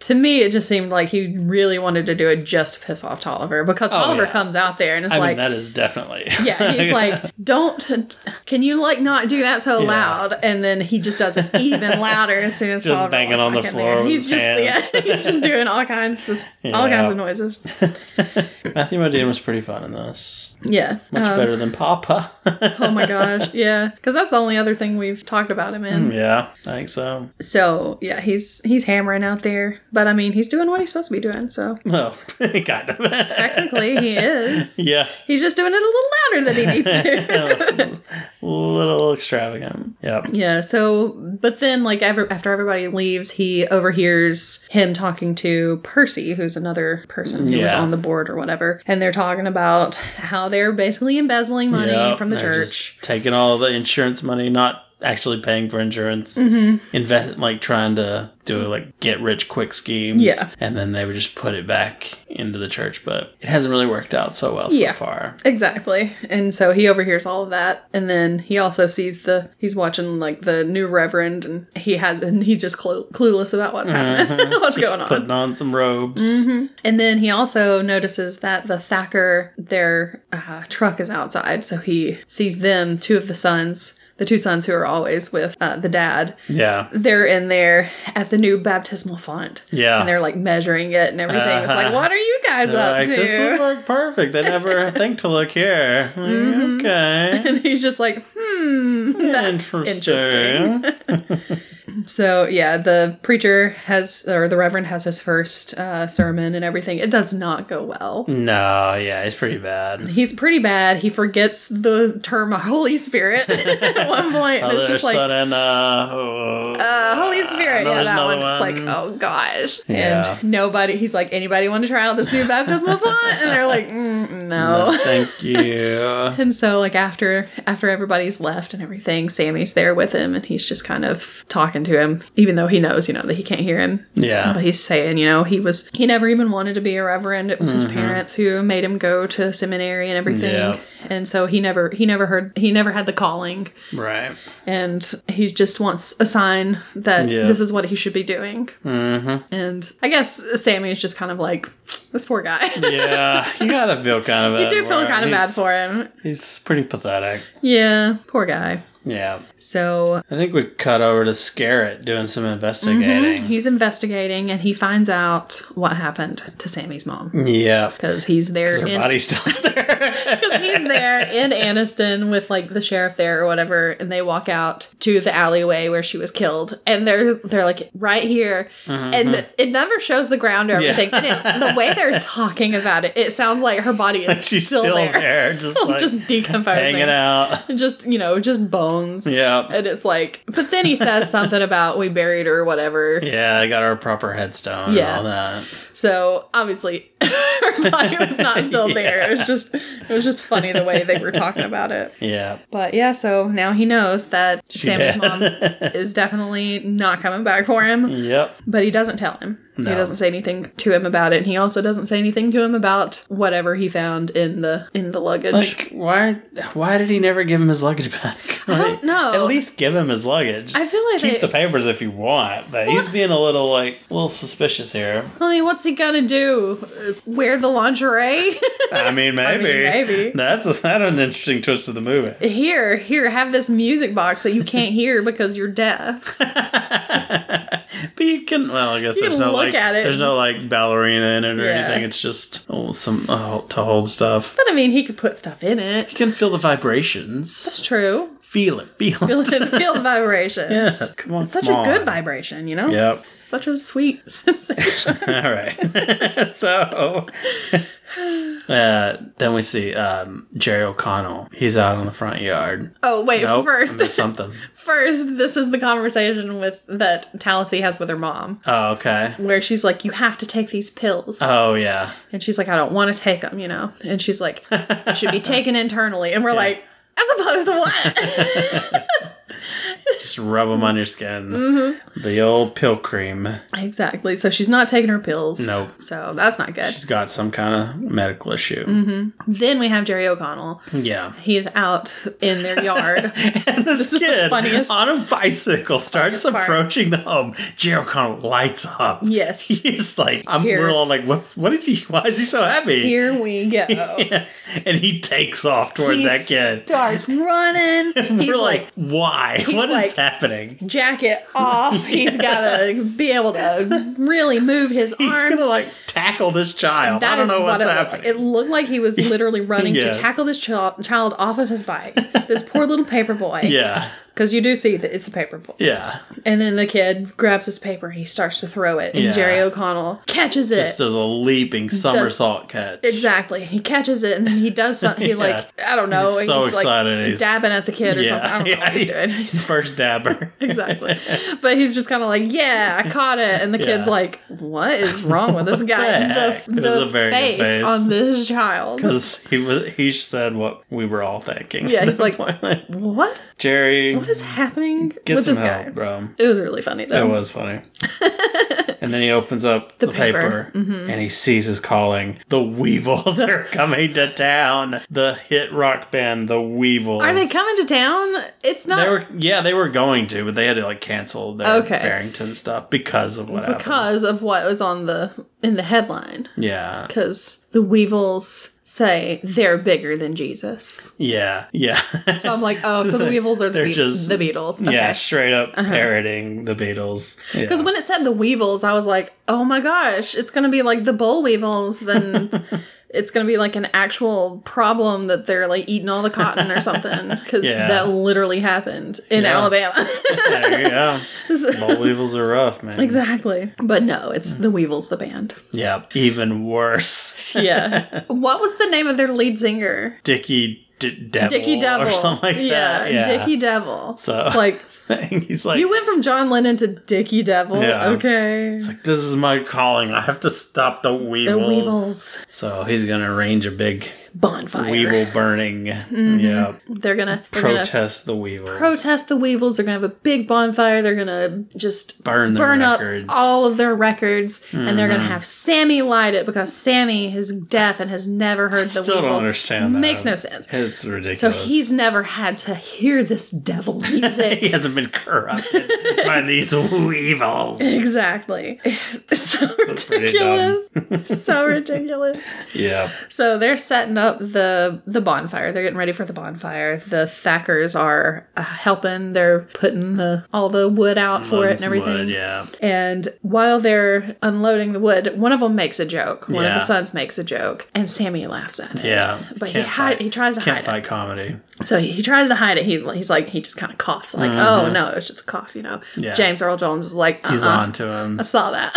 Speaker 2: to me, it just seemed like he really wanted to do it just to piss off Tolliver because Tolliver
Speaker 1: Oh, yeah.
Speaker 2: comes out there and it's
Speaker 1: I
Speaker 2: like,
Speaker 1: mean, that is definitely.
Speaker 2: yeah, he's like, don't, can you like not do that so loud? And then he just does it even louder as soon as
Speaker 1: Just
Speaker 2: Tolliver
Speaker 1: banging
Speaker 2: walks
Speaker 1: on the
Speaker 2: back in
Speaker 1: floor
Speaker 2: there.
Speaker 1: with
Speaker 2: He's
Speaker 1: his
Speaker 2: just, yeah, he's just doing all kinds of all
Speaker 1: Yeah.
Speaker 2: kinds of noises.
Speaker 1: Matthew Modine was pretty fun in this.
Speaker 2: Yeah,
Speaker 1: Much
Speaker 2: Um,
Speaker 1: better than Papa.
Speaker 2: oh my gosh, yeah, because that's the only other thing we've talked about him in.
Speaker 1: yeah, I think so.
Speaker 2: So yeah, he's he's hammering out there, but I mean, he's doing what he's supposed to be doing. So
Speaker 1: Well, kind of.
Speaker 2: technically, he is.
Speaker 1: yeah.
Speaker 2: He's just doing it a little louder than he needs to.
Speaker 1: A little extravagant. Yep.
Speaker 2: yeah. So, but then like ever, after everybody leaves, he overhears him talking to Percy, who's another person who was
Speaker 1: Yeah.
Speaker 2: on the board or whatever, and they're talking about how they're basically embezzling money
Speaker 1: Yep,
Speaker 2: from the
Speaker 1: they're
Speaker 2: church.
Speaker 1: just taking all the insurance money, not actually paying for insurance,
Speaker 2: Mm-hmm.
Speaker 1: invest like trying to do like get rich quick schemes,
Speaker 2: Yeah.
Speaker 1: and then they would just put it back into the church. But it hasn't really worked out so well
Speaker 2: Yeah.
Speaker 1: so far.
Speaker 2: Exactly. And so he overhears all of that and then he also sees the he's watching like the new reverend and he has and he's just clu- clueless about what's happening. what's
Speaker 1: Uh-huh. Just
Speaker 2: going on. Mm-hmm.
Speaker 1: putting on some robes.
Speaker 2: And then he also notices that the Thacker, their uh, truck is outside. So he sees them, two of the sons, the two sons who are always with uh, the dad.
Speaker 1: Yeah,
Speaker 2: They're in there at the new baptismal font.
Speaker 1: Yeah. Uh-huh.
Speaker 2: And they're like measuring it and everything. It's like, what are you guys
Speaker 1: They're
Speaker 2: up
Speaker 1: like
Speaker 2: to?
Speaker 1: this would work perfect. They never think to look here. Like, Okay,
Speaker 2: and he's just like, hmm, that's interesting.
Speaker 1: interesting.
Speaker 2: So yeah, the preacher has, or the reverend has his first uh, sermon and everything. It does not go
Speaker 1: Hmm.
Speaker 2: well.
Speaker 1: no, yeah, it's pretty bad.
Speaker 2: He's pretty bad. He forgets the term Holy Spirit at one point. And it's
Speaker 1: Other
Speaker 2: just like
Speaker 1: son and uh, oh,
Speaker 2: uh, Holy Spirit.
Speaker 1: no,
Speaker 2: yeah,
Speaker 1: there's
Speaker 2: that
Speaker 1: another
Speaker 2: one. It's like,
Speaker 1: one.
Speaker 2: oh gosh.
Speaker 1: Yeah.
Speaker 2: And nobody. He's like, anybody want to try out this new baptismal font? And they're like, mm, no.
Speaker 1: thank you.
Speaker 2: And so like after after everybody's left and everything, Sammy's there with him and he's just kind of talking to him, even though he knows, you know, that he can't hear him.
Speaker 1: Yeah.
Speaker 2: But he's saying, you know, he was he never even wanted to be a reverend. It was his parents who made him go to seminary and everything.
Speaker 1: Mm-hmm. Yeah.
Speaker 2: And so he never he never heard he never had the calling
Speaker 1: Right.
Speaker 2: and he just wants a sign that
Speaker 1: Yeah.
Speaker 2: this is what he should be doing. Mm-hmm. And I guess Sammy is just kind of like this poor guy.
Speaker 1: Yeah, you gotta feel kind of bad.
Speaker 2: I do feel
Speaker 1: him.
Speaker 2: kind of bad
Speaker 1: He's-
Speaker 2: for him.
Speaker 1: He's pretty pathetic.
Speaker 2: Yeah, poor guy.
Speaker 1: Yeah.
Speaker 2: So
Speaker 1: I think we cut over to Scarrett doing some investigating.
Speaker 2: He's investigating and he finds out what happened to Sammy's mom
Speaker 1: Yeah.
Speaker 2: because he's there
Speaker 1: Her
Speaker 2: in
Speaker 1: body's still there.
Speaker 2: he's there in Anniston with like the sheriff there or whatever and they walk out to the alleyway where she was killed and they're they're like right here and it never shows the ground or
Speaker 1: Mm-hmm. Yeah.
Speaker 2: everything and it, the way they're talking about it it sounds like her body is
Speaker 1: She's
Speaker 2: still, there,
Speaker 1: just like
Speaker 2: just decomposing
Speaker 1: hanging out.
Speaker 2: just you know just bones
Speaker 1: Yeah.
Speaker 2: and it's like but then he says something about we buried her or whatever
Speaker 1: Yeah, I got her a proper headstone and
Speaker 2: Yeah.
Speaker 1: all that.
Speaker 2: So obviously, her body was not still there. It was just, it was just funny the way they were talking about it.
Speaker 1: Yeah.
Speaker 2: But yeah, so now he knows that Sammy's
Speaker 1: dead.
Speaker 2: mom is definitely not coming back for him.
Speaker 1: Yep.
Speaker 2: But he doesn't tell him.
Speaker 1: Mm. No.
Speaker 2: He doesn't say anything to him about it. And he also doesn't say anything to him about whatever he found in the in the luggage.
Speaker 1: Like why why did he never give him his luggage back? Like,
Speaker 2: don't know.
Speaker 1: At least give him his luggage.
Speaker 2: I feel like
Speaker 1: Keep
Speaker 2: they,
Speaker 1: the papers if you want, but he's being a little like a little suspicious here.
Speaker 2: I mean, what's he gonna do? Uh, Wear the lingerie?
Speaker 1: I mean, maybe.
Speaker 2: maybe.
Speaker 1: That's not an interesting twist of the movie.
Speaker 2: here, here, have this music box that you can't hear because you're deaf.
Speaker 1: But you can, well, I guess there's
Speaker 2: can
Speaker 1: no
Speaker 2: look
Speaker 1: like,
Speaker 2: at it.
Speaker 1: there's no like ballerina in it or
Speaker 2: Yeah.
Speaker 1: anything. It's just oh, some oh, to hold stuff.
Speaker 2: But I mean, he could put stuff in it.
Speaker 1: You can feel the vibrations.
Speaker 2: It's true.
Speaker 1: Feel it. Feel it.
Speaker 2: Feel feel the vibrations.
Speaker 1: Yeah, come on.
Speaker 2: It's such
Speaker 1: come
Speaker 2: a good
Speaker 1: on.
Speaker 2: vibration, you know?
Speaker 1: Yep.
Speaker 2: Such a sweet sensation.
Speaker 1: All right. so uh, then we see um, Jerry O'Connell. He's out on the front yard.
Speaker 2: oh, wait,
Speaker 1: Nope,
Speaker 2: first,
Speaker 1: there's something.
Speaker 2: first, this is the conversation with that Tallahassee has with her mom,
Speaker 1: Oh, okay.
Speaker 2: where she's like, You have to take these pills.
Speaker 1: Oh, yeah.
Speaker 2: and she's like, I don't want to take them, you know? And she's like, You should be taken internally. And we're like, As opposed to what?
Speaker 1: Just rub them on your skin.
Speaker 2: Mm-hmm.
Speaker 1: The old pill cream.
Speaker 2: Exactly. So she's not taking her pills.
Speaker 1: Nope.
Speaker 2: So that's not good.
Speaker 1: She's got some kind of medical issue.
Speaker 2: Mm-hmm. Then we have Jerry O'Connell.
Speaker 1: Yeah.
Speaker 2: He's out in their yard.
Speaker 1: And this,
Speaker 2: is the
Speaker 1: kid
Speaker 2: funniest
Speaker 1: on a bicycle starts
Speaker 2: part.
Speaker 1: approaching the home. Jerry O'Connell lights up.
Speaker 2: Yes.
Speaker 1: He's like, I'm,
Speaker 2: Here.
Speaker 1: we're all like, what's, what is he? Why is he so happy?
Speaker 2: Here we go.
Speaker 1: Yes. And he takes off toward
Speaker 2: He
Speaker 1: that kid.
Speaker 2: starts running. He's
Speaker 1: We're
Speaker 2: like,
Speaker 1: like, why? What is
Speaker 2: like-
Speaker 1: happening?
Speaker 2: jacket off. He's got to be able to really move his
Speaker 1: He's
Speaker 2: arms.
Speaker 1: gonna like tackle this child. I
Speaker 2: That
Speaker 1: don't
Speaker 2: is
Speaker 1: know
Speaker 2: what
Speaker 1: what's
Speaker 2: it looked like.
Speaker 1: happening.
Speaker 2: It looked like he was literally running
Speaker 1: Yes.
Speaker 2: to tackle this child, child off of his bike. this poor little paper boy.
Speaker 1: yeah.
Speaker 2: Because you do see that it's a paper boy.
Speaker 1: Yeah.
Speaker 2: And then the kid grabs his paper and he starts to throw it. And
Speaker 1: Yeah.
Speaker 2: Jerry O'Connell catches it.
Speaker 1: Just does a leaping somersault catch.
Speaker 2: Exactly. He catches it and then he does something. He like I don't know.
Speaker 1: He's so excited.
Speaker 2: Like
Speaker 1: He's-
Speaker 2: dabbing at the kid or something.
Speaker 1: Yeah.
Speaker 2: I don't know what he's doing.
Speaker 1: He's first dabber.
Speaker 2: exactly. But he's just kind of like, yeah, I caught it, and the kid's
Speaker 1: Yeah.
Speaker 2: like, what is wrong with this
Speaker 1: the
Speaker 2: guy?
Speaker 1: heck? It was a very good
Speaker 2: face,
Speaker 1: face.
Speaker 2: on this child.
Speaker 1: Because he was, he said what we were all thinking.
Speaker 2: Yeah, he's like- What?
Speaker 1: Jerry,
Speaker 2: What is happening
Speaker 1: get
Speaker 2: with
Speaker 1: some
Speaker 2: this
Speaker 1: help,
Speaker 2: guy? Um,
Speaker 1: bro.
Speaker 2: It was really funny
Speaker 1: That
Speaker 2: though.
Speaker 1: was funny. and then he opens up the, paper,
Speaker 2: paper. Mm-hmm.
Speaker 1: and he sees us calling. The Weevils are coming to town. The hit rock band, the Weevils.
Speaker 2: Are they coming to town? It's not
Speaker 1: They were, yeah, they were going to, but they had to like cancel their
Speaker 2: Okay.
Speaker 1: Barrington stuff because of what happened.
Speaker 2: because of what was on the in the headline.
Speaker 1: Yeah,
Speaker 2: Because the Weevils say they're bigger than Jesus.
Speaker 1: yeah, yeah.
Speaker 2: So I'm like, oh, so the Weevils are the,
Speaker 1: They're
Speaker 2: Be-
Speaker 1: just-
Speaker 2: the Beatles. Okay. Uh-huh.
Speaker 1: Yeah, straight up parroting the Beatles.
Speaker 2: Because
Speaker 1: Yeah.
Speaker 2: when it said the weevils, I was like, oh my gosh, it's going to be like the boll weevils. Then it's going to be like an actual problem that they're like eating all the cotton or something. Because
Speaker 1: Yeah.
Speaker 2: that literally happened in
Speaker 1: Yeah.
Speaker 2: Alabama.
Speaker 1: there you go. Bald Weevils are rough, man.
Speaker 2: exactly. But no, it's the weevils, the band.
Speaker 1: Yeah, even worse.
Speaker 2: Yeah. what was the name of their lead singer?
Speaker 1: Dicky D- Devil,
Speaker 2: Dickie Devil.
Speaker 1: or something like that. Yeah,
Speaker 2: Dickie Devil.
Speaker 1: So-
Speaker 2: It's like,
Speaker 1: He's like,
Speaker 2: you went from John Lennon to Dickie Devil.
Speaker 1: Yeah.
Speaker 2: Okay.
Speaker 1: It's like, this is my calling. I have to stop the
Speaker 2: The
Speaker 1: weevils.
Speaker 2: weevils
Speaker 1: So he's gonna arrange a big
Speaker 2: bonfire.
Speaker 1: weevil burning. Yeah,
Speaker 2: They're Mm-hmm. gonna they're gonna
Speaker 1: protest the weevils.
Speaker 2: protest the Weevils. They're going to have a big bonfire. They're going to just
Speaker 1: Burn their
Speaker 2: burn up
Speaker 1: records. Mm-hmm.
Speaker 2: all of their records, and they're going to have Sammy light it because Sammy is deaf and has never heard the
Speaker 1: Still
Speaker 2: Weevils.
Speaker 1: don't understand that.
Speaker 2: Makes no sense.
Speaker 1: It's ridiculous.
Speaker 2: So he's never had to hear this devil
Speaker 1: he
Speaker 2: music.
Speaker 1: hasn't been corrupted by these weevils.
Speaker 2: Exactly. It's so
Speaker 1: pretty dumb.
Speaker 2: ridiculous. so ridiculous.
Speaker 1: Yeah,
Speaker 2: So they're setting up the the bonfire. They're getting ready for the bonfire. The Thackers are uh, helping. They're putting the all the wood out for it
Speaker 1: Loads
Speaker 2: and
Speaker 1: of
Speaker 2: everything.
Speaker 1: wood, yeah,
Speaker 2: And while they're unloading the wood, one of them makes a joke. One of
Speaker 1: Yeah.
Speaker 2: the sons makes a joke, and Sammy laughs at it.
Speaker 1: yeah.
Speaker 2: But he
Speaker 1: Can't
Speaker 2: hide,
Speaker 1: fight-
Speaker 2: he tries to
Speaker 1: Can't
Speaker 2: hide
Speaker 1: fight comedy.
Speaker 2: it. So he, he tries to hide it. He he's like he just kind of coughs, like, "Oh no, it's just a cough," you know.
Speaker 1: Mm-hmm. Yeah.
Speaker 2: James Earl Jones is like,
Speaker 1: He's
Speaker 2: "Uh-uh,
Speaker 1: on to him.
Speaker 2: I saw that."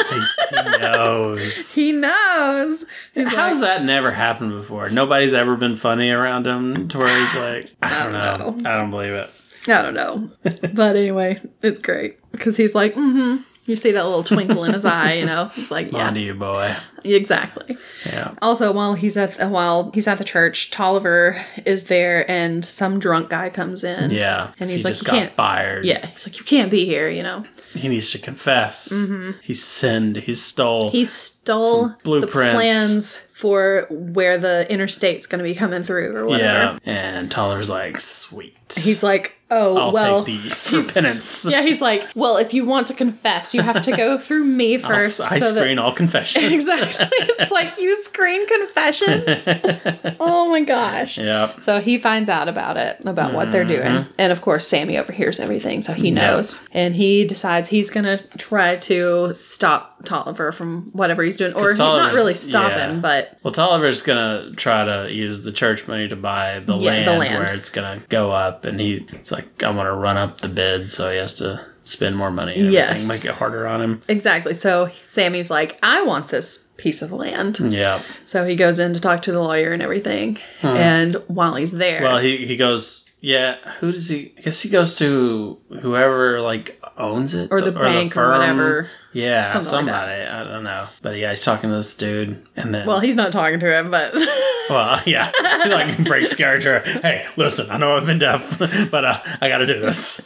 Speaker 1: He knows.
Speaker 2: he knows. He's like,
Speaker 1: How's that never happened before? Nobody's ever been funny around him to where he's like, I don't know. I don't believe it.
Speaker 2: I don't know. but anyway, it's great because he's like, "Mm-hmm." You see that little twinkle in his eye, you know. It's like,
Speaker 1: On to
Speaker 2: yeah,
Speaker 1: you, boy.
Speaker 2: exactly.
Speaker 1: Yeah.
Speaker 2: Also, while he's at while he's at the church, Tolliver is there, and some drunk guy comes in.
Speaker 1: Yeah.
Speaker 2: And
Speaker 1: he
Speaker 2: he's like,
Speaker 1: just
Speaker 2: "You
Speaker 1: got
Speaker 2: can't-
Speaker 1: fired.
Speaker 2: yeah. He's like, "You can't be here," you know.
Speaker 1: He needs to confess. He sinned. He stole.
Speaker 2: Mm-hmm. He stole
Speaker 1: Some blueprints.
Speaker 2: the plans for where the interstate's going to be coming through, or whatever.
Speaker 1: yeah. And Tolliver's like, sweet.
Speaker 2: He's like, "Oh
Speaker 1: I'll
Speaker 2: well."
Speaker 1: take these for penance.
Speaker 2: Yeah, he's like, "Well, if you want to confess, you have to go through me
Speaker 1: I'll,
Speaker 2: first,
Speaker 1: I
Speaker 2: so that
Speaker 1: screen all confessions.
Speaker 2: Exactly. It's like you screen confessions. oh my gosh.
Speaker 1: yeah.
Speaker 2: So he finds out about it, about what they're doing. And of course, Sammy overhears everything, so he knows. And he decides he's going to try to stop Tolliver from whatever he's doing. Or he- not
Speaker 1: Tolliver's-
Speaker 2: really stop
Speaker 1: yeah.
Speaker 2: him, but
Speaker 1: Well, Tolliver's gonna try to use the church money to buy the,
Speaker 2: Yeah,
Speaker 1: land,
Speaker 2: the land.
Speaker 1: where it's gonna go up, and he- he's like, "I want to run up the bid," so he has to spend more money. And
Speaker 2: Yes.
Speaker 1: everything. make it harder on him.
Speaker 2: exactly. So Sammy's like, I want this piece of land.
Speaker 1: Yeah.
Speaker 2: So he goes in to talk to the lawyer and everything. And while he's there,
Speaker 1: Well, he he goes. Yeah, who does he? I guess he goes to whoever like owns it
Speaker 2: Or the bank or whatever.
Speaker 1: Yeah,
Speaker 2: Something like
Speaker 1: somebody. I don't know. But yeah, he's talking to this dude, and then
Speaker 2: well, he's not talking to him, but
Speaker 1: Well, yeah, he like breaks character. Hey, listen, uh, I know I've been deaf, but uh, I got to do this.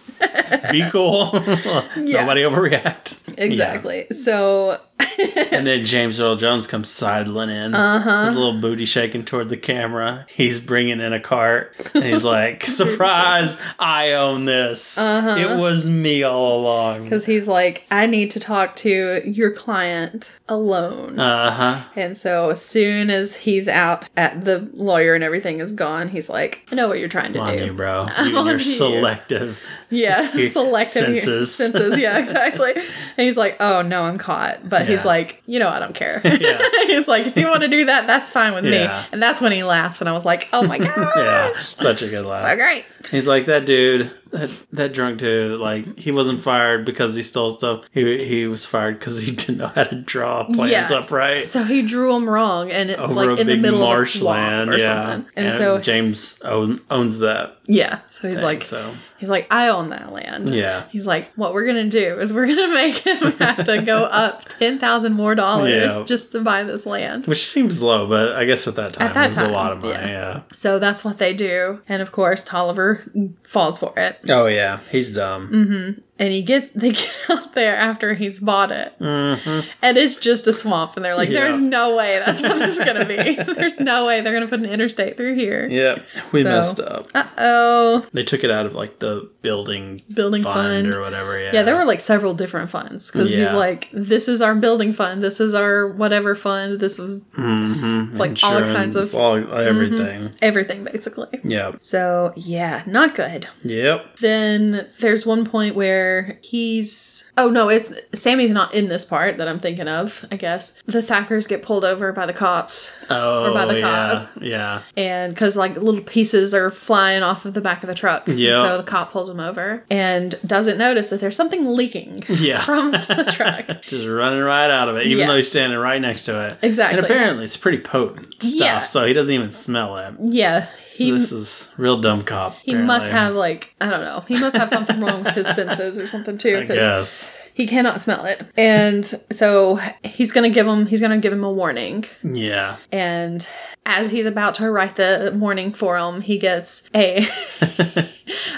Speaker 1: Be cool.
Speaker 2: Yeah.
Speaker 1: Nobody overreact.
Speaker 2: Exactly. So
Speaker 1: Yeah. And then James Earl Jones comes sidling in
Speaker 2: Uh-huh.
Speaker 1: with a little booty shaking toward the camera. He's bringing in a cart and he's like, surprise, I own this.
Speaker 2: Uh-huh.
Speaker 1: It was me all along.
Speaker 2: because he's like, I need to talk to your client alone.
Speaker 1: Uh huh.
Speaker 2: And so as soon as he's out at the lawyer and everything is gone, he's like, I know what you're trying to
Speaker 1: On
Speaker 2: do.
Speaker 1: you, bro.
Speaker 2: I'm
Speaker 1: You,
Speaker 2: on
Speaker 1: you're
Speaker 2: to you.
Speaker 1: selective.
Speaker 2: Yeah, selective
Speaker 1: Senses.
Speaker 2: Senses, yeah, exactly. and he's like, "Oh no, I'm caught,"
Speaker 1: Yeah.
Speaker 2: but he's like, "You know, I don't care."
Speaker 1: Yeah.
Speaker 2: he's like, "If you want to do that, that's fine with
Speaker 1: Yeah.
Speaker 2: me." And that's when he laughs, and I was like, "Oh my god,
Speaker 1: Yeah. Such a good laugh.
Speaker 2: so great!"
Speaker 1: He's like that dude, that that drunk dude. Like he wasn't fired because he stole stuff. He he was fired because he didn't know how to draw plans
Speaker 2: Yeah.
Speaker 1: upright
Speaker 2: So he drew him wrong, and it's
Speaker 1: over
Speaker 2: like
Speaker 1: a
Speaker 2: in the
Speaker 1: big
Speaker 2: middle
Speaker 1: marshland.
Speaker 2: of a swamp or
Speaker 1: yeah,
Speaker 2: something. And, so
Speaker 1: James own, owns that.
Speaker 2: yeah, so he's like,
Speaker 1: so
Speaker 2: he's like, "I own that land."
Speaker 1: yeah,
Speaker 2: He's like, what we're gonna do is we're gonna make him have to go up ten thousand more dollars
Speaker 1: Yeah.
Speaker 2: just to buy this land.
Speaker 1: which seems low, but I guess at that time
Speaker 2: that
Speaker 1: it was
Speaker 2: time,
Speaker 1: a lot of money. Yeah.
Speaker 2: yeah. So that's what they do. And of course, Tolliver falls for it.
Speaker 1: Oh yeah, he's
Speaker 2: Mm.
Speaker 1: dumb.
Speaker 2: And he gets they get out there after he's bought it. And it's just a swamp. And they're like,
Speaker 1: Mm-hmm. Yeah.
Speaker 2: there's no way that's what this is going to be. there's no way they're going to put an interstate through here.
Speaker 1: Yep, we
Speaker 2: So-
Speaker 1: messed up.
Speaker 2: Uh oh.
Speaker 1: They took it out of like the building
Speaker 2: Building fund.
Speaker 1: or whatever. Yeah,
Speaker 2: Yeah, there were like several different funds because he's
Speaker 1: Yeah.
Speaker 2: like, this is our building fund. This is our whatever fund. This was
Speaker 1: Mhm,
Speaker 2: it's like all
Speaker 1: insurance,
Speaker 2: kinds of- Mm-hmm.
Speaker 1: all, everything.
Speaker 2: everything basically.
Speaker 1: Yep,
Speaker 2: So, yeah, not good.
Speaker 1: yep.
Speaker 2: Then there's one point where he's oh no, it's Sammy's not in this part that I'm thinking of, I guess. The Thackers get pulled over by the cops
Speaker 1: Oh,
Speaker 2: by the
Speaker 1: yeah,
Speaker 2: cop.
Speaker 1: yeah.
Speaker 2: and cuz like little pieces are flying off of the back of the truck. And
Speaker 1: Yeah.
Speaker 2: So the cop pulls him over and doesn't notice that there's something leaking
Speaker 1: Yeah.
Speaker 2: from the truck.
Speaker 1: Just running right out of it, even
Speaker 2: Yeah.
Speaker 1: though he's standing right next to it.
Speaker 2: Exactly.
Speaker 1: And apparently, it's pretty potent stuff,
Speaker 2: Yeah.
Speaker 1: so he doesn't even smell it.
Speaker 2: Yeah, he
Speaker 1: this is real dumb cop.
Speaker 2: he must have like I don't know. He must have something wrong with his senses or something too cuz
Speaker 1: Yes.
Speaker 2: he cannot smell it. And so he's going to give him he's going to give him a warning
Speaker 1: Yeah.
Speaker 2: And as he's about to write the warning for him, he gets a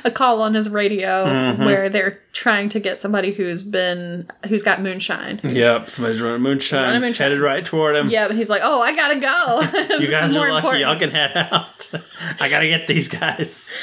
Speaker 2: a call on his radio
Speaker 1: Mm-hmm.
Speaker 2: where they're trying to get somebody who's been who's got moonshine.
Speaker 1: Yep. Somebody's running moonshine.
Speaker 2: Running
Speaker 1: He's
Speaker 2: moonshine.
Speaker 1: headed right toward him.
Speaker 2: Yeah, but he's like, "Oh, I gotta go."
Speaker 1: You guys are lucky. Y'all can head out. I gotta get these guys.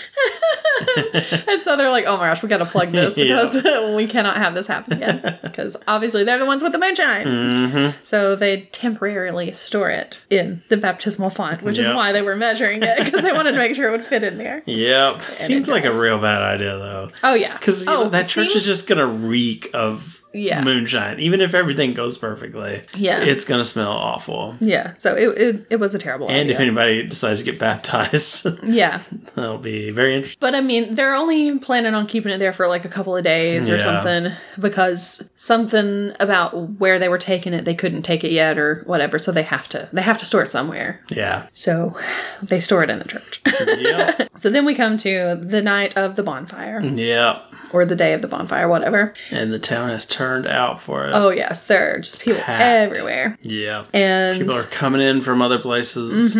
Speaker 2: And so they're like, "Oh my gosh, we gotta plug this
Speaker 1: Yeah.
Speaker 2: because we cannot have this happen again." Because obviously they're the ones with the moonshine.
Speaker 1: Mm-hmm.
Speaker 2: So they temporarily store it in the baptismal font, which
Speaker 1: Yep.
Speaker 2: is why they were measuring it because they wanted to make sure it would fit in there.
Speaker 1: Yep. Seems like a
Speaker 2: does.
Speaker 1: real bad idea, though.
Speaker 2: Oh yeah,
Speaker 1: Because
Speaker 2: oh,
Speaker 1: that church
Speaker 2: seems-
Speaker 1: is just gonna reek of
Speaker 2: Yeah.
Speaker 1: moonshine, even if everything goes perfectly.
Speaker 2: Yeah.
Speaker 1: It's gonna smell awful.
Speaker 2: Yeah, so it it, it was a terrible
Speaker 1: And if
Speaker 2: idea.
Speaker 1: anybody decides to get baptized,
Speaker 2: yeah,
Speaker 1: that'll be very interesting.
Speaker 2: but I mean, they're only planning on keeping it there for like a couple of days or
Speaker 1: Yeah.
Speaker 2: something because something about where they were taking it, they couldn't take it yet or whatever, so they have to they have to store it somewhere.
Speaker 1: Yeah.
Speaker 2: So they store it in the church.
Speaker 1: Yep.
Speaker 2: so then we come to the night of the bonfire
Speaker 1: yep.
Speaker 2: or the day of the bonfire, whatever.
Speaker 1: And the town has turned out for it.
Speaker 2: Oh yes, there are just people
Speaker 1: Packed.
Speaker 2: everywhere.
Speaker 1: Yeah.
Speaker 2: And Mm-hmm.
Speaker 1: People are coming in from other places.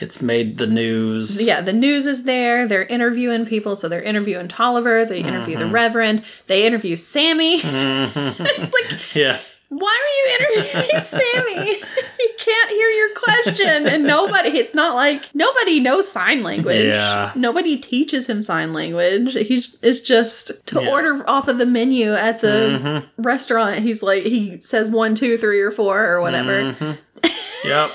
Speaker 1: It's made the news.
Speaker 2: yeah, the news is there. They're interviewing people. So they're interviewing Tolliver. They
Speaker 1: Mm-hmm.
Speaker 2: interview the Reverend. They interview Sammy. it's like,
Speaker 1: Yeah.
Speaker 2: why are you interviewing Sammy? he can't hear your question. And nobody, it's not like nobody knows sign language.
Speaker 1: Yeah.
Speaker 2: Nobody teaches him sign language. He's it's just to
Speaker 1: Yeah. Mm-hmm.
Speaker 2: order off of the menu at the restaurant. He's like, he says one, two, three, or four, or whatever.
Speaker 1: Mm-hmm. Yep.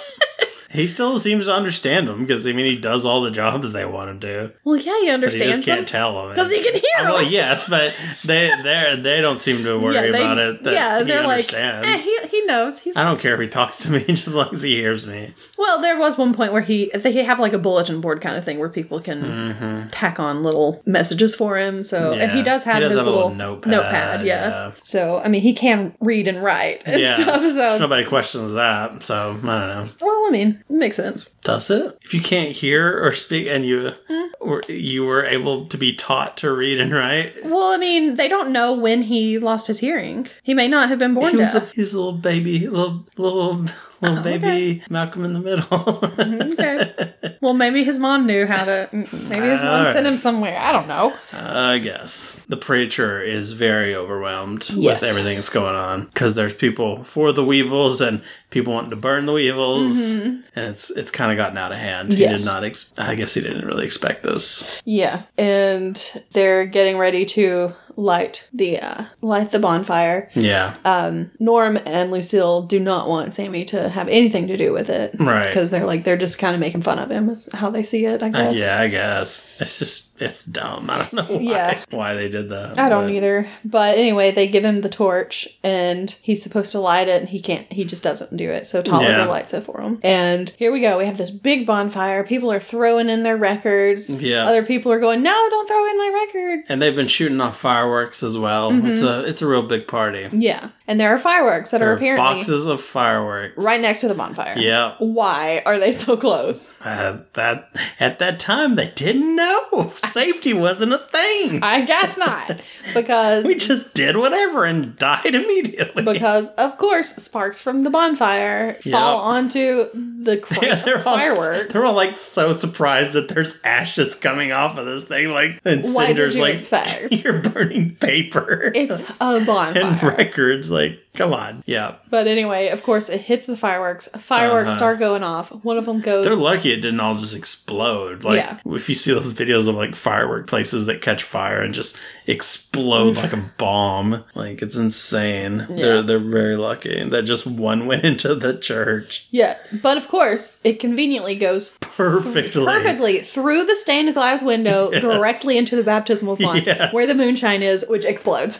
Speaker 1: he still seems to understand them because, I mean, he does all the jobs they want him to.
Speaker 2: Well, yeah, you
Speaker 1: He
Speaker 2: understand.
Speaker 1: just can't tell them.
Speaker 2: because he can hear him.
Speaker 1: well, yes, but they they they don't seem to worry
Speaker 2: they-
Speaker 1: about it. That
Speaker 2: yeah,
Speaker 1: he
Speaker 2: they're like,
Speaker 1: understands.
Speaker 2: eh, he, he knows. He,
Speaker 1: I don't care if he talks to me, just as long as he hears me.
Speaker 2: well, there was one point where he they have like a bulletin board kind of thing where people can tack on little messages for him. So and
Speaker 1: Mm-hmm. Yeah.
Speaker 2: he does have
Speaker 1: He does
Speaker 2: his
Speaker 1: have a
Speaker 2: little,
Speaker 1: little notepad,
Speaker 2: yeah.
Speaker 1: yeah.
Speaker 2: So I mean, he can read and write and
Speaker 1: yeah,
Speaker 2: stuff. So
Speaker 1: nobody questions that. So I don't know.
Speaker 2: well, I mean, it makes sense.
Speaker 1: Does it? If you can't hear or speak, and you
Speaker 2: Hmm?
Speaker 1: or you were able to be taught to read and write,
Speaker 2: Well, I mean, they don't know when he lost his hearing. He may not have been born
Speaker 1: he was a,
Speaker 2: deaf.
Speaker 1: he's a little
Speaker 2: Oh,
Speaker 1: baby, little little little
Speaker 2: Mm-hmm.
Speaker 1: baby Malcolm in the Middle.
Speaker 2: okay. Well, maybe his mom knew how to. Maybe his mom
Speaker 1: Alright.
Speaker 2: sent him somewhere. I don't know.
Speaker 1: I guess the preacher is very overwhelmed
Speaker 2: Yes.
Speaker 1: with everything that's going on because there's people for the weevils and people wanting to burn the weevils, and it's it's kind of gotten out of hand. He
Speaker 2: Mm-hmm. Yes.
Speaker 1: did not. Ex- I guess he didn't really expect this.
Speaker 2: Yeah, and they're getting ready to light the uh, light the bonfire.
Speaker 1: Yeah,
Speaker 2: Um, Norm and Lucille do not want Sammy to have anything to do with it,
Speaker 1: Right. Uh,
Speaker 2: Because they're like they're just kind of making fun of him, is how they see it. I guess.
Speaker 1: yeah. I guess it's just it's dumb. I don't know. Why,
Speaker 2: Yeah.
Speaker 1: why they did that.
Speaker 2: I don't
Speaker 1: but-
Speaker 2: either. But anyway, they give him the torch and he's supposed to light it and he can't he just doesn't do it. So Tolliver
Speaker 1: Yeah.
Speaker 2: lights it for him. And here we go. We have this big bonfire. People are throwing in their records.
Speaker 1: Yeah.
Speaker 2: Other people are going, No, don't throw in my records.
Speaker 1: And they've been shooting off fireworks as well.
Speaker 2: Mm-hmm.
Speaker 1: It's a it's a real big party.
Speaker 2: yeah. And there are fireworks that
Speaker 1: There
Speaker 2: are
Speaker 1: are
Speaker 2: apparently
Speaker 1: boxes of fireworks.
Speaker 2: right next to the bonfire.
Speaker 1: Yeah.
Speaker 2: Why are they so close?
Speaker 1: Uh, that at that time they didn't know safety wasn't a thing.
Speaker 2: I guess not. Because
Speaker 1: We just did whatever and died immediately.
Speaker 2: because of course sparks from the bonfire fall
Speaker 1: Yep.
Speaker 2: onto the cr-
Speaker 1: Yeah, they're all
Speaker 2: fireworks.
Speaker 1: they're all like so surprised that there's ashes coming off of this thing, like and
Speaker 2: Why did
Speaker 1: cinders,
Speaker 2: you
Speaker 1: like
Speaker 2: expect?
Speaker 1: you're burning paper
Speaker 2: It's a
Speaker 1: and
Speaker 2: bonfire.
Speaker 1: records. Like, come on, yeah.
Speaker 2: But anyway, of course, it hits the fireworks. Fireworks
Speaker 1: Uh-huh.
Speaker 2: start going off. One of them goes.
Speaker 1: They're lucky it didn't all just explode. Like
Speaker 2: Yeah.
Speaker 1: if you see those videos of like firework places that catch fire and just explode like a bomb, like it's insane.
Speaker 2: Yeah.
Speaker 1: They're they're very lucky that just one went into the church
Speaker 2: yeah, but of course, it conveniently goes
Speaker 1: perfectly.
Speaker 2: perfectly through the stained glass window directly into the baptismal font
Speaker 1: Yes.
Speaker 2: where the moonshine is, which explodes.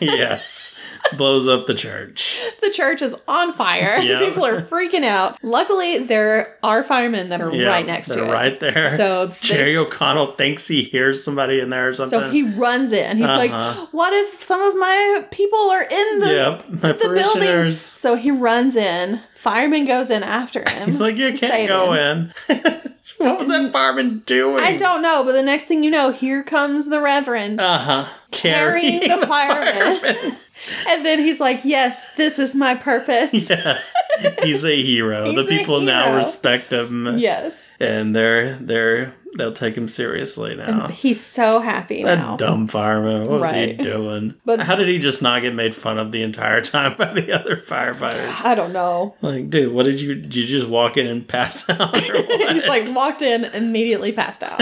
Speaker 1: yes, blows up the church.
Speaker 2: the church is on fire.
Speaker 1: Yeah.
Speaker 2: People are freaking out. Luckily, there are firemen that are
Speaker 1: Yeah,
Speaker 2: right next to
Speaker 1: they're
Speaker 2: it.
Speaker 1: right there.
Speaker 2: So this-
Speaker 1: Jerry O'Connell thinks he hears somebody in there or something.
Speaker 2: So he runs in. He's
Speaker 1: Uh-huh.
Speaker 2: like, "What if some of my people are in the
Speaker 1: yep, my
Speaker 2: the building.
Speaker 1: parishioners.
Speaker 2: So he runs in. Fireman goes in after him.
Speaker 1: He's like, you
Speaker 2: to
Speaker 1: can't
Speaker 2: save
Speaker 1: go
Speaker 2: him.
Speaker 1: in. what was that fireman doing?
Speaker 2: I don't know, but the next thing you know, here comes the Reverend
Speaker 1: Uh huh.
Speaker 2: carrying the, fireman. and then he's like, Yes, this is my purpose.
Speaker 1: yes, he's a hero.
Speaker 2: He's
Speaker 1: the
Speaker 2: a
Speaker 1: people now
Speaker 2: hero.
Speaker 1: respect him,
Speaker 2: Yes.
Speaker 1: and they're they're they'll take him seriously now.
Speaker 2: He's so happy
Speaker 1: That
Speaker 2: now.
Speaker 1: dumb fireman, what was he
Speaker 2: Right.
Speaker 1: doing?
Speaker 2: But-
Speaker 1: how did he just not get made fun of the entire time by the other firefighters?
Speaker 2: I don't know.
Speaker 1: Like, dude, what did you did you just walk in and pass out? Or what?
Speaker 2: he's like walked in, immediately passed out.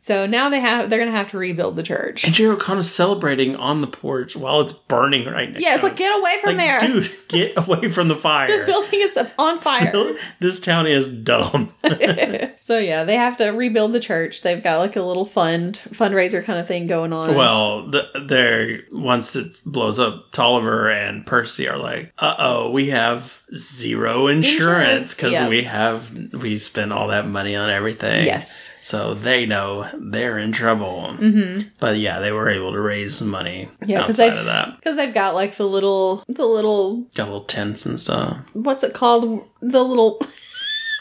Speaker 2: so now they have they're gonna have to rebuild the church.
Speaker 1: and Jerry O'Connor's celebrating on the porch while it's burning right next.
Speaker 2: Yeah, it's
Speaker 1: to
Speaker 2: like
Speaker 1: him.
Speaker 2: get away from there.
Speaker 1: dude, get away from the fire.
Speaker 2: The building is on fire.
Speaker 1: this town is dumb.
Speaker 2: So yeah, they have to rebuild the church. They've got like a little fund fundraiser kind of thing going on.
Speaker 1: Well, th they're once it blows up, Tolliver and Percy are like, "Uh oh, we have zero insurance
Speaker 2: Insurance,
Speaker 1: because
Speaker 2: yeah.
Speaker 1: we have we spent all that money on everything."
Speaker 2: yes, Mm-hmm.
Speaker 1: So they know they're in trouble. But yeah, they were able to raise money
Speaker 2: Yeah, 'cause
Speaker 1: outside
Speaker 2: they-
Speaker 1: of that.
Speaker 2: because they've got like the little the little
Speaker 1: Got little tents and stuff.
Speaker 2: what's it called the little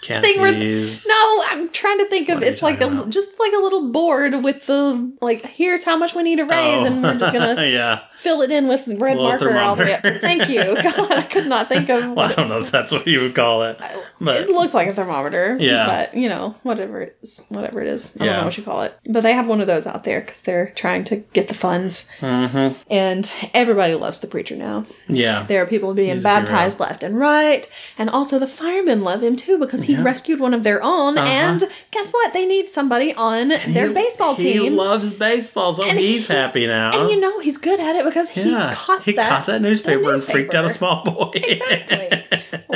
Speaker 2: where-
Speaker 1: Canopies.
Speaker 2: no I'm trying to think of
Speaker 1: What are you
Speaker 2: it's like a,
Speaker 1: talking about?
Speaker 2: just like a little board with the like here's how much we need to raise
Speaker 1: Oh.
Speaker 2: and we're just gonna
Speaker 1: yeah.
Speaker 2: fill it in with red
Speaker 1: Little
Speaker 2: marker all the way up.
Speaker 1: thermometer.
Speaker 2: Thank you. God, I could not think
Speaker 1: Well,
Speaker 2: of.
Speaker 1: I
Speaker 2: what
Speaker 1: don't know if that's what you would call it, but
Speaker 2: It looks like a thermometer.
Speaker 1: Yeah.
Speaker 2: But, you know, whatever it is. Whatever it is. I don't
Speaker 1: Yeah.
Speaker 2: know what you call it. But they have one of those out there because they're trying to get the funds.
Speaker 1: Mhm.
Speaker 2: And everybody loves the preacher now.
Speaker 1: yeah.
Speaker 2: There are people being
Speaker 1: He's a hero.
Speaker 2: baptized left and right. And also the firemen love him too because he rescued one of their own. And guess what? They need somebody on their
Speaker 1: Uh-huh. He-
Speaker 2: baseball
Speaker 1: He
Speaker 2: team.
Speaker 1: loves baseball, so
Speaker 2: And
Speaker 1: he's,
Speaker 2: he's-
Speaker 1: happy now.
Speaker 2: and you know he's good at it because he
Speaker 1: yeah,
Speaker 2: caught
Speaker 1: he
Speaker 2: that.
Speaker 1: caught that newspaper, and freaked out a
Speaker 2: newspaper.
Speaker 1: small boy.
Speaker 2: exactly.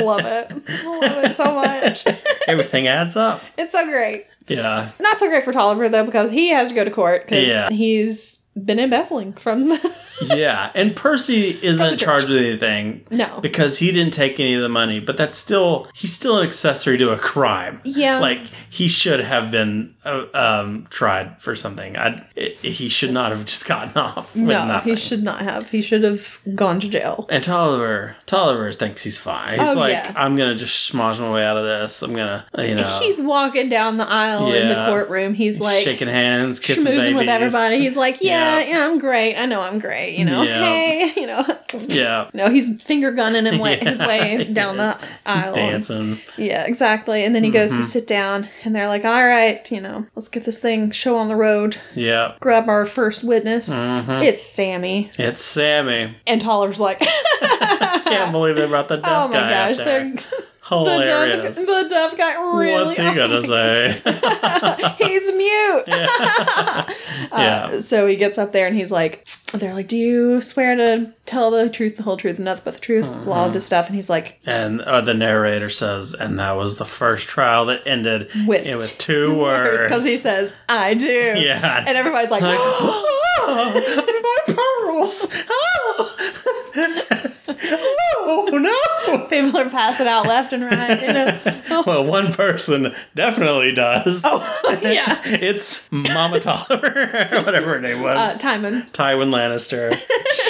Speaker 2: love it. Love it so much.
Speaker 1: Everything adds up.
Speaker 2: It's so great.
Speaker 1: Yeah,
Speaker 2: Not so great for Tolliver though, because he has to go to court because
Speaker 1: Yeah.
Speaker 2: he's been embezzling from the
Speaker 1: yeah. And Percy isn't
Speaker 2: church.
Speaker 1: charged with anything
Speaker 2: no.
Speaker 1: because he didn't take any of the money. But that's still he's still an accessory to a crime.
Speaker 2: Yeah.
Speaker 1: like he should have been uh, um, tried for something. I, it, he should not have just gotten off. With
Speaker 2: no,
Speaker 1: nothing.
Speaker 2: he should not have. He should have gone to jail.
Speaker 1: And Tolliver, Tolliver thinks he's fine. He's
Speaker 2: Oh,
Speaker 1: like,
Speaker 2: yeah.
Speaker 1: I'm gonna just schmoz my way out of this. I'm gonna, you know,
Speaker 2: He's walking down the aisle in the
Speaker 1: Yeah.
Speaker 2: courtroom. He's like
Speaker 1: shaking hands, kissing
Speaker 2: schmoozing
Speaker 1: babies.
Speaker 2: with everybody. He's like, yeah,
Speaker 1: Yeah.
Speaker 2: yeah, I'm great. I know I'm great. way, you know.
Speaker 1: Yeah.
Speaker 2: Hey, you know.
Speaker 1: Yeah.
Speaker 2: No, he's finger gunning him way, his way
Speaker 1: he
Speaker 2: down
Speaker 1: is.
Speaker 2: the aisle.
Speaker 1: He's dancing. Mm-hmm.
Speaker 2: Yeah, exactly. And then he goes to sit down, and they're like, "All right, you know, let's get this thing show on the road.
Speaker 1: Yeah.
Speaker 2: Grab our first witness.
Speaker 1: Mm-hmm.
Speaker 2: It's Sammy."
Speaker 1: It's Sammy.
Speaker 2: And Toller's like,
Speaker 1: Can't believe they brought the deaf
Speaker 2: "Oh my
Speaker 1: guy
Speaker 2: gosh,
Speaker 1: out there.
Speaker 2: they're." The deaf,
Speaker 1: Hilarious.
Speaker 2: the deaf guy really. Uh,
Speaker 1: What's he gonna say?
Speaker 2: He's mute.
Speaker 1: yeah.
Speaker 2: So he gets up there and he's like, they're like, do you swear to tell the truth, the whole truth, and nothing but the truth, blah, all
Speaker 1: Mm-hmm.
Speaker 2: this stuff. And he's like,
Speaker 1: And uh, the narrator says, and that was the first trial that ended
Speaker 2: With
Speaker 1: it was two words.
Speaker 2: because he says, I do.
Speaker 1: Yeah.
Speaker 2: And everybody's like,
Speaker 1: Like, oh, and my pearls. Oh, oh
Speaker 2: people are passing out left and right. You
Speaker 1: no.
Speaker 2: know?
Speaker 1: Well, one person definitely does.
Speaker 2: yeah.
Speaker 1: It's Mama Tolliver, whatever her name
Speaker 2: Uh,
Speaker 1: was.
Speaker 2: Timon.
Speaker 1: Tywin Lannister.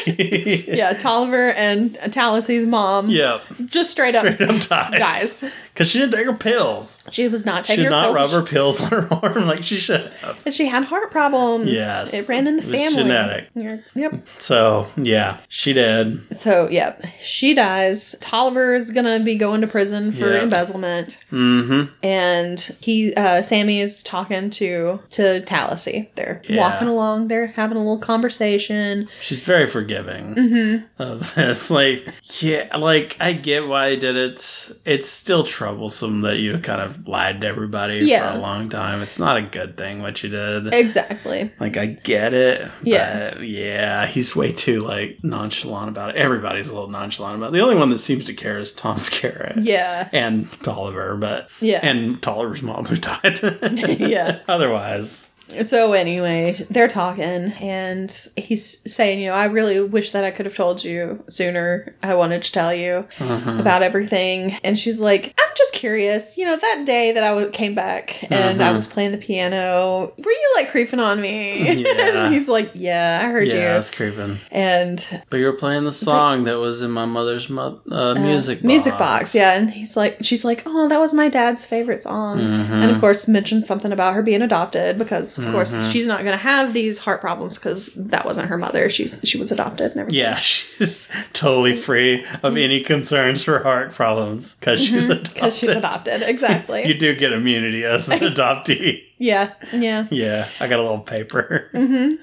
Speaker 1: she,
Speaker 2: Yeah, Tolliver and Talise's mom.
Speaker 1: yeah.
Speaker 2: Just straight up.
Speaker 1: Straight up dies.
Speaker 2: Dies.
Speaker 1: Because she didn't take her pills.
Speaker 2: She was not
Speaker 1: She did
Speaker 2: taking her
Speaker 1: not
Speaker 2: pills.
Speaker 1: rub her pills on her arm like she should have.
Speaker 2: And she had heart problems.
Speaker 1: Yes.
Speaker 2: It ran in the
Speaker 1: It was
Speaker 2: family.
Speaker 1: genetic.
Speaker 2: Yeah. Yep.
Speaker 1: So, yeah, she did.
Speaker 2: So, yep. She dies. Tolliver is going to be going to prison for
Speaker 1: Yeah.
Speaker 2: embezzlement.
Speaker 1: Mm hmm.
Speaker 2: And he, uh, Sammy is talking to, to Tallassee. They're
Speaker 1: Yeah.
Speaker 2: walking along. They're having a little conversation.
Speaker 1: She's very forgiving
Speaker 2: Mm-hmm.
Speaker 1: of this. Like, yeah, like, I get why he did it. It's still troublesome that you kind of lied to everybody
Speaker 2: Yeah.
Speaker 1: for a long time. It's not a good thing what you did.
Speaker 2: Exactly.
Speaker 1: Like I get it.
Speaker 2: Yeah.
Speaker 1: But yeah, he's way too like nonchalant about it. Everybody's a little nonchalant about it. The only one that seems to care is Tom Skerritt.
Speaker 2: Yeah.
Speaker 1: And Tolliver, but
Speaker 2: Yeah.
Speaker 1: And Tolliver's mom who died.
Speaker 2: Yeah.
Speaker 1: Otherwise.
Speaker 2: So anyway, they're talking, and he's saying, you know, I really wish that I could have told you sooner. I wanted to tell you about everything. And she's like, I'm just curious. You know, that day that I wa- came back and I was playing the piano, were you like creeping on me?
Speaker 1: Yeah.
Speaker 2: and he's like, Yeah, I heard
Speaker 1: Yeah,
Speaker 2: you.
Speaker 1: it's creeping.
Speaker 2: And
Speaker 1: But you were playing the song that was in my mother's mo- uh, music box.
Speaker 2: music box, yeah. And he's like, she's like, oh, that was my dad's favorite song, and
Speaker 1: Mm-hmm.
Speaker 2: of course mentioned something about her being adopted because of course she's not gonna have these heart problems because that wasn't her mother. She's she was adopted and everything.
Speaker 1: Yeah, she's totally free of any concerns for heart problems because she's adopted.
Speaker 2: because she's adopted. Exactly.
Speaker 1: You do get immunity as an adoptee.
Speaker 2: yeah, yeah.
Speaker 1: Yeah, I got a little paper.
Speaker 2: Mm-hmm.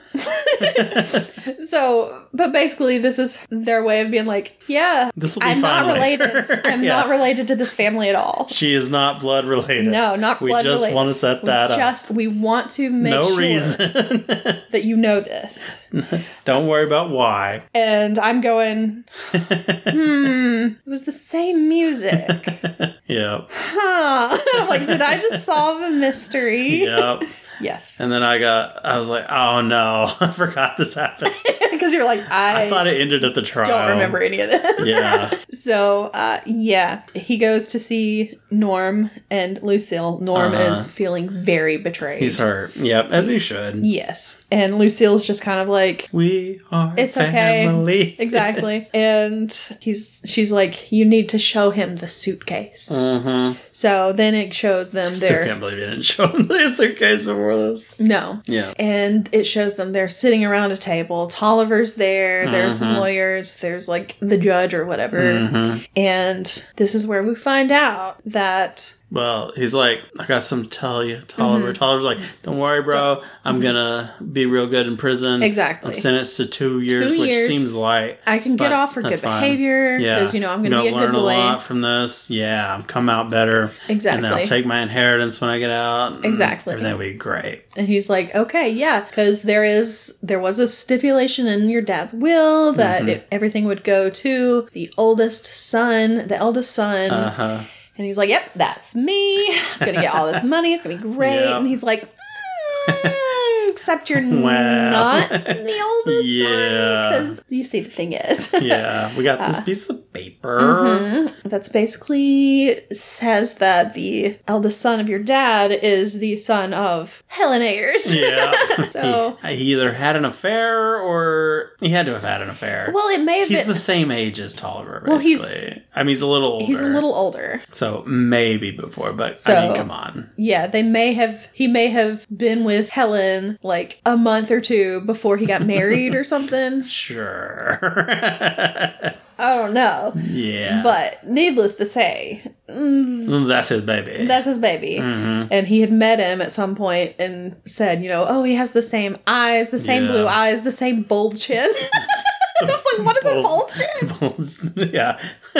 Speaker 2: So, but basically, this is their way of being like, yeah,
Speaker 1: This will be
Speaker 2: I'm
Speaker 1: fine
Speaker 2: not
Speaker 1: later.
Speaker 2: related. I'm
Speaker 1: Yeah.
Speaker 2: not related to this family at all.
Speaker 1: She is not blood related.
Speaker 2: No, not
Speaker 1: we
Speaker 2: blood
Speaker 1: just
Speaker 2: related.
Speaker 1: want to set that up.
Speaker 2: Just we want to make
Speaker 1: No
Speaker 2: sure
Speaker 1: reason.
Speaker 2: that you know this.
Speaker 1: Don't worry about why.
Speaker 2: And I'm going, hmm, it was the same music.
Speaker 1: Yep.
Speaker 2: Huh. I'm like, did I just solve a mystery?
Speaker 1: Yep.
Speaker 2: Yes.
Speaker 1: and then I got I was like, oh no, I forgot this happened.
Speaker 2: Because you're like, I,
Speaker 1: I thought it ended at the trial.
Speaker 2: don't remember any of this.
Speaker 1: Yeah.
Speaker 2: So, uh, yeah, he goes to see Norm and Lucille. Norm is feeling very betrayed.
Speaker 1: Uh-huh. He's hurt. Yep, as he should.
Speaker 2: yes. And Lucille's just kind of like,
Speaker 1: We are
Speaker 2: It's okay.
Speaker 1: family.
Speaker 2: exactly. and he's she's like, you need to show him the suitcase.
Speaker 1: Mm-hmm.
Speaker 2: So then it shows them
Speaker 1: Still
Speaker 2: their
Speaker 1: can't believe you didn't show him the suitcase before this.
Speaker 2: no.
Speaker 1: Yeah.
Speaker 2: And it shows them they're sitting around a table. Tolliver's there. There's some
Speaker 1: Mm-hmm.
Speaker 2: lawyers. There's like the judge or whatever. And this is where we find out that
Speaker 1: Well, he's like, I got something to tell you, Tolliver.
Speaker 2: Mm-hmm.
Speaker 1: Tolliver's like, don't worry, bro. I'm gonna be real good in prison.
Speaker 2: Exactly.
Speaker 1: I'm sentenced to two years,
Speaker 2: Two
Speaker 1: which
Speaker 2: years.
Speaker 1: seems light.
Speaker 2: I can get
Speaker 1: but
Speaker 2: off for good
Speaker 1: that's fine.
Speaker 2: behavior because you know I'm going to be a
Speaker 1: learn
Speaker 2: good
Speaker 1: a
Speaker 2: boy.
Speaker 1: lot from this. Yeah, I've come out better. And then I'll
Speaker 2: Exactly.
Speaker 1: take my inheritance when I get out. and
Speaker 2: Exactly.
Speaker 1: Everything will be great.
Speaker 2: And he's like, okay, yeah, because there is there was a stipulation in your dad's will that
Speaker 1: Mm-hmm.
Speaker 2: it, everything would go to the oldest son, the eldest son.
Speaker 1: Uh huh.
Speaker 2: And he's like, "Yep, that's me. I'm gonna get all this money. It's gonna be great."
Speaker 1: Yeah.
Speaker 2: And he's like, "Mm, "Except you're
Speaker 1: Wow.
Speaker 2: not the oldest
Speaker 1: Yeah.
Speaker 2: because you see, the thing is,
Speaker 1: Yeah, we got
Speaker 2: Uh,
Speaker 1: this piece of paper.
Speaker 2: mm-hmm. that's basically says that the eldest son of your dad is the son of Helen Ayers.
Speaker 1: Yeah.
Speaker 2: So-
Speaker 1: he, he either had an affair or he had to have had an affair.
Speaker 2: well, it may have
Speaker 1: he's
Speaker 2: been.
Speaker 1: the same age as Tolliver, basically.
Speaker 2: Well, he's-
Speaker 1: I mean, he's a little older.
Speaker 2: He's a little older.
Speaker 1: So maybe before, but I
Speaker 2: So-
Speaker 1: mean, come on.
Speaker 2: Yeah, they may have. He may have been with Helen, like like a month or two before he got married or something.
Speaker 1: Sure.
Speaker 2: I don't know.
Speaker 1: yeah.
Speaker 2: But needless to say, mm,
Speaker 1: That's his baby.
Speaker 2: that's his baby.
Speaker 1: hmm
Speaker 2: And he had met him at some point and said, you know, oh, he has the same eyes, the same
Speaker 1: Yeah.
Speaker 2: blue eyes, the same bold chin. I was like, what is a
Speaker 1: Bold-
Speaker 2: bold chin?
Speaker 1: yeah.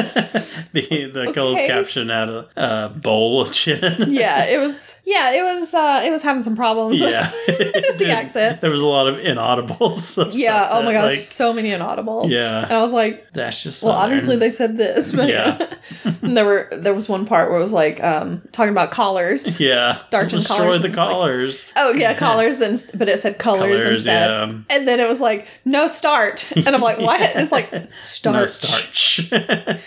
Speaker 1: the the closed
Speaker 2: Okay.
Speaker 1: caption had a, a uh, bowl of chin.
Speaker 2: Yeah, it was. Yeah, it was. uh It was having some problems. with-
Speaker 1: yeah.
Speaker 2: the accent.
Speaker 1: There was a lot of inaudibles. Of
Speaker 2: Yeah.
Speaker 1: stuff
Speaker 2: Oh my
Speaker 1: that,
Speaker 2: gosh,
Speaker 1: like,
Speaker 2: so many inaudibles.
Speaker 1: Yeah.
Speaker 2: And I was like,
Speaker 1: that's just
Speaker 2: well,
Speaker 1: Southern.
Speaker 2: obviously they said this, but
Speaker 1: Yeah.
Speaker 2: and there were there was one part where it was like um talking about collars.
Speaker 1: yeah
Speaker 2: starch and
Speaker 1: destroy
Speaker 2: collars
Speaker 1: the
Speaker 2: and it's like-
Speaker 1: collars.
Speaker 2: Oh yeah, collars and but it said colors,
Speaker 1: Colors,
Speaker 2: instead.
Speaker 1: yeah.
Speaker 2: And then it was like no start, and I'm like, what?
Speaker 1: Yeah.
Speaker 2: It's like starch.
Speaker 1: No starch.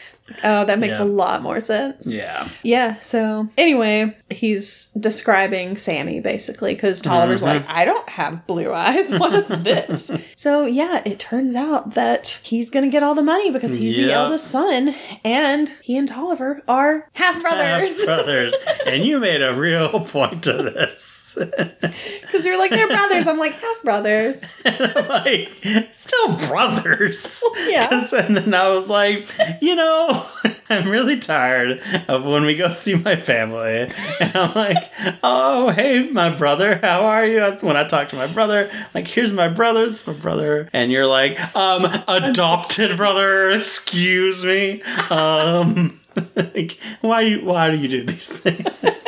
Speaker 2: Oh, that makes
Speaker 1: Yeah.
Speaker 2: a lot more sense.
Speaker 1: yeah.
Speaker 2: Yeah, so anyway, he's describing Sammy basically because Tolliver's like,
Speaker 1: Mm-hmm.
Speaker 2: I don't have blue eyes. What is this? so, yeah, it turns out that he's going to get all the money because he's the
Speaker 1: Yep.
Speaker 2: eldest son, and he and Tolliver are half brothers.
Speaker 1: brothers. And you made a real point to this.
Speaker 2: Because you're like, they're brothers. I'm like, half brothers.
Speaker 1: I'm like, still brothers.
Speaker 2: Yeah.
Speaker 1: 'Cause- And then I was like, you know, I'm really tired of when we go see my family. And I'm like, oh, hey, my brother, how are you? That's when I talk to my brother. Like, here's my brother. It's my brother. And you're like, um, adopted brother. Excuse me. Um, like, why do you, why do you do these things?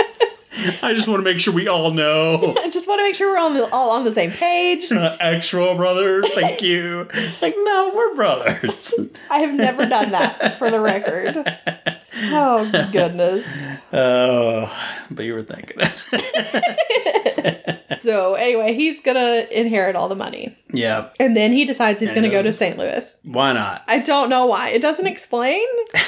Speaker 1: I just want to make sure we all know
Speaker 2: I just want to make sure we're on the, all on the same page.
Speaker 1: uh, actual brothers. Thank you. Like, no, we're brothers.
Speaker 2: I have never done that for the record. Oh, goodness.
Speaker 1: oh, but you were thinking it.
Speaker 2: So, anyway, he's going to inherit all the money.
Speaker 1: yeah,
Speaker 2: And then he decides he's
Speaker 1: I
Speaker 2: going to
Speaker 1: know.
Speaker 2: go to St. Louis.
Speaker 1: why not?
Speaker 2: I don't know why. It doesn't explain.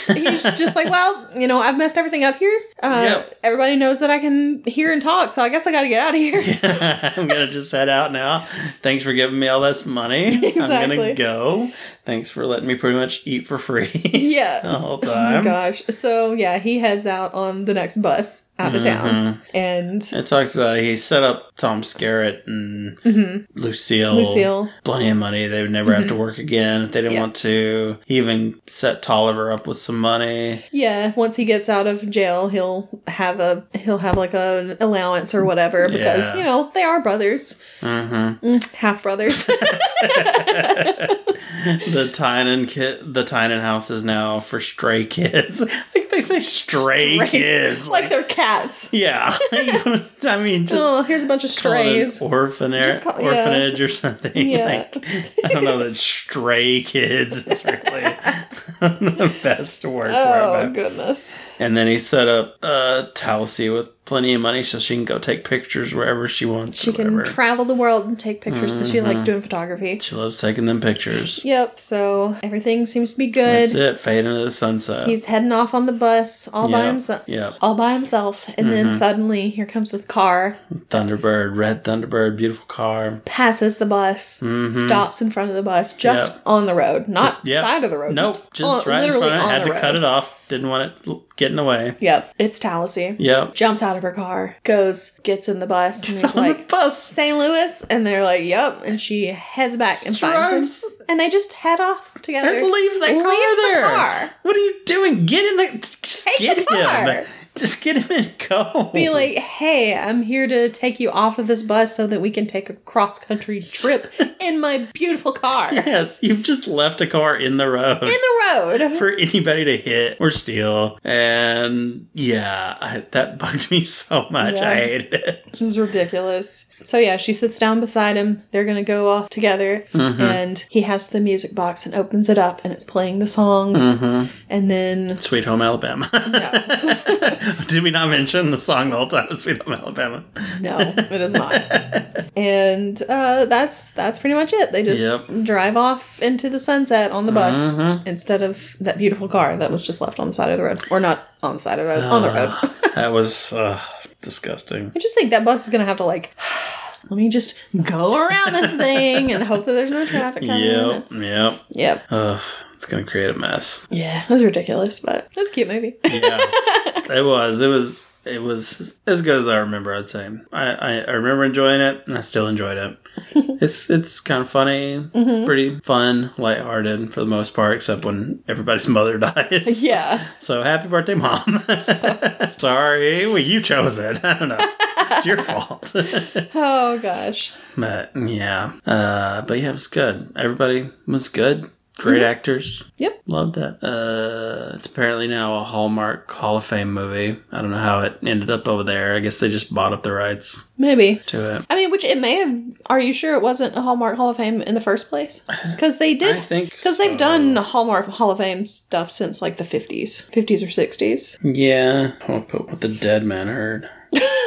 Speaker 2: He's just like, well, you know, I've messed everything up here. Uh,
Speaker 1: Yep.
Speaker 2: Everybody knows that I can hear and talk, so I guess I got to get out of here.
Speaker 1: I'm gonna just head out now. Thanks for giving me all this money. I'm
Speaker 2: Exactly.
Speaker 1: gonna go. Thanks for letting me pretty much eat for free.
Speaker 2: yes.
Speaker 1: The whole
Speaker 2: Oh my
Speaker 1: time.
Speaker 2: gosh. So yeah, he heads out on the next bus out of town,
Speaker 1: Mm-hmm.
Speaker 2: and
Speaker 1: it talks about he set up Tom Skerritt and
Speaker 2: mhm,
Speaker 1: Lucille.
Speaker 2: Lucille. Mm-hmm.
Speaker 1: Plenty of money. They would never have to work again if they didn't
Speaker 2: Yeah.
Speaker 1: want to. He even set Tolliver up with some money.
Speaker 2: Yeah, once he gets out of jail, he'll have a he'll have like an allowance or whatever because
Speaker 1: Yeah.
Speaker 2: you know they are brothers, Mm,
Speaker 1: Mm-hmm.
Speaker 2: half brothers.
Speaker 1: the Tynan kid, the Tynan house is now for stray kids. Like they say, stray,
Speaker 2: Stray.
Speaker 1: kids.
Speaker 2: like they're cats.
Speaker 1: yeah, I mean, just
Speaker 2: Oh, here's a bunch of
Speaker 1: call it an
Speaker 2: strays.
Speaker 1: orphanage,
Speaker 2: Just call- yeah.
Speaker 1: orphanage or something.
Speaker 2: Yeah.
Speaker 1: Like I don't know that stray kids is really the best word for
Speaker 2: Oh
Speaker 1: it. but-
Speaker 2: goodness.
Speaker 1: And then he set up uh, Talcy with plenty of money so she can go take pictures wherever she wants.
Speaker 2: She
Speaker 1: or
Speaker 2: can
Speaker 1: whatever.
Speaker 2: travel the world and take pictures because
Speaker 1: Mm-hmm.
Speaker 2: she likes doing photography.
Speaker 1: she loves taking them pictures.
Speaker 2: Yep, so everything seems to be
Speaker 1: That's
Speaker 2: good.
Speaker 1: it. Fade into the sunset.
Speaker 2: He's heading off on the bus all by
Speaker 1: Yep,
Speaker 2: himself.
Speaker 1: Yep.
Speaker 2: All by himself, and
Speaker 1: Mm-hmm.
Speaker 2: then suddenly here comes this car,
Speaker 1: Thunderbird, red Thunderbird, beautiful car.
Speaker 2: passes the bus, stops in front of the bus, just
Speaker 1: Mm-hmm. Yep.
Speaker 2: on the road, not
Speaker 1: yep.
Speaker 2: side of the road.
Speaker 1: Nope, just
Speaker 2: on-
Speaker 1: right in front. Had to
Speaker 2: road.
Speaker 1: cut it off. Didn't want it l- getting away.
Speaker 2: Yep, it's Tallassee.
Speaker 1: Yep.
Speaker 2: Jumps out of her car, goes, gets in the bus, and he's
Speaker 1: on
Speaker 2: like,
Speaker 1: the bus.
Speaker 2: St. Louis, and they're like, "Yep," and she heads back and finds
Speaker 1: Drives.
Speaker 2: him, and they just head off together.
Speaker 1: And leaves that
Speaker 2: Leaves
Speaker 1: car
Speaker 2: the
Speaker 1: there.
Speaker 2: car.
Speaker 1: What are you doing? Get in the. Just
Speaker 2: Take
Speaker 1: get
Speaker 2: the car.
Speaker 1: him. Just get him and go.
Speaker 2: Be like, "Hey, I'm here to take you off of this bus so that we can take a cross country trip in my beautiful car in
Speaker 1: yes, you've just left a car in the road.
Speaker 2: the road."
Speaker 1: for anybody to hit or steal, and yeah, I, that bugs me so much.
Speaker 2: Yeah.
Speaker 1: I hate it.
Speaker 2: This is ridiculous. So yeah, she sits down beside him. They're gonna go off together, and he has the music box and opens it up, and it's playing the song, and then.
Speaker 1: Sweet Home Alabama.
Speaker 2: No,
Speaker 1: Did we not mention the song the whole time? was Sweet Home Alabama.
Speaker 2: No, it is not. and uh, that's that's pretty much it. They just
Speaker 1: Yep. Mm-hmm.
Speaker 2: drive off into the sunset on the bus instead of that beautiful car that was just left on the side of the road, or not on the side of the road, on the road.
Speaker 1: That was uh, disgusting.
Speaker 2: I just think that bus is gonna have to like. Let me just go around this thing and hope that there's no traffic coming.
Speaker 1: Yep, yep.
Speaker 2: Yep.
Speaker 1: Ugh, it's gonna create a mess.
Speaker 2: Yeah, it was ridiculous, but it was a cute movie.
Speaker 1: Yeah, it was. It was. it was as good as I remember. I'd say I, I, I remember enjoying it, and I still enjoyed it. it's it's kind of funny, pretty fun, lighthearted for the most part, except when everybody's mother dies.
Speaker 2: Yeah.
Speaker 1: So happy birthday, mom. Sorry, well you chose it. I don't know. It's your fault.
Speaker 2: Oh gosh.
Speaker 1: but yeah, uh, but yeah, it was good. Everybody was good. Great actors.
Speaker 2: Yep.
Speaker 1: Loved it. Uh, it's apparently now a Hallmark Hall of Fame movie. I don't know how it ended up over there. I guess they just bought up the rights
Speaker 2: Maybe.
Speaker 1: to it.
Speaker 2: I mean, which it may have. Are you sure it wasn't a Hallmark Hall of Fame in the first place? Because they
Speaker 1: I
Speaker 2: did.
Speaker 1: think
Speaker 2: Because they've
Speaker 1: so.
Speaker 2: done the Hallmark Hall of Fame stuff since like the 50s, 50s or 60s.
Speaker 1: Yeah, I'll put what the dead man heard.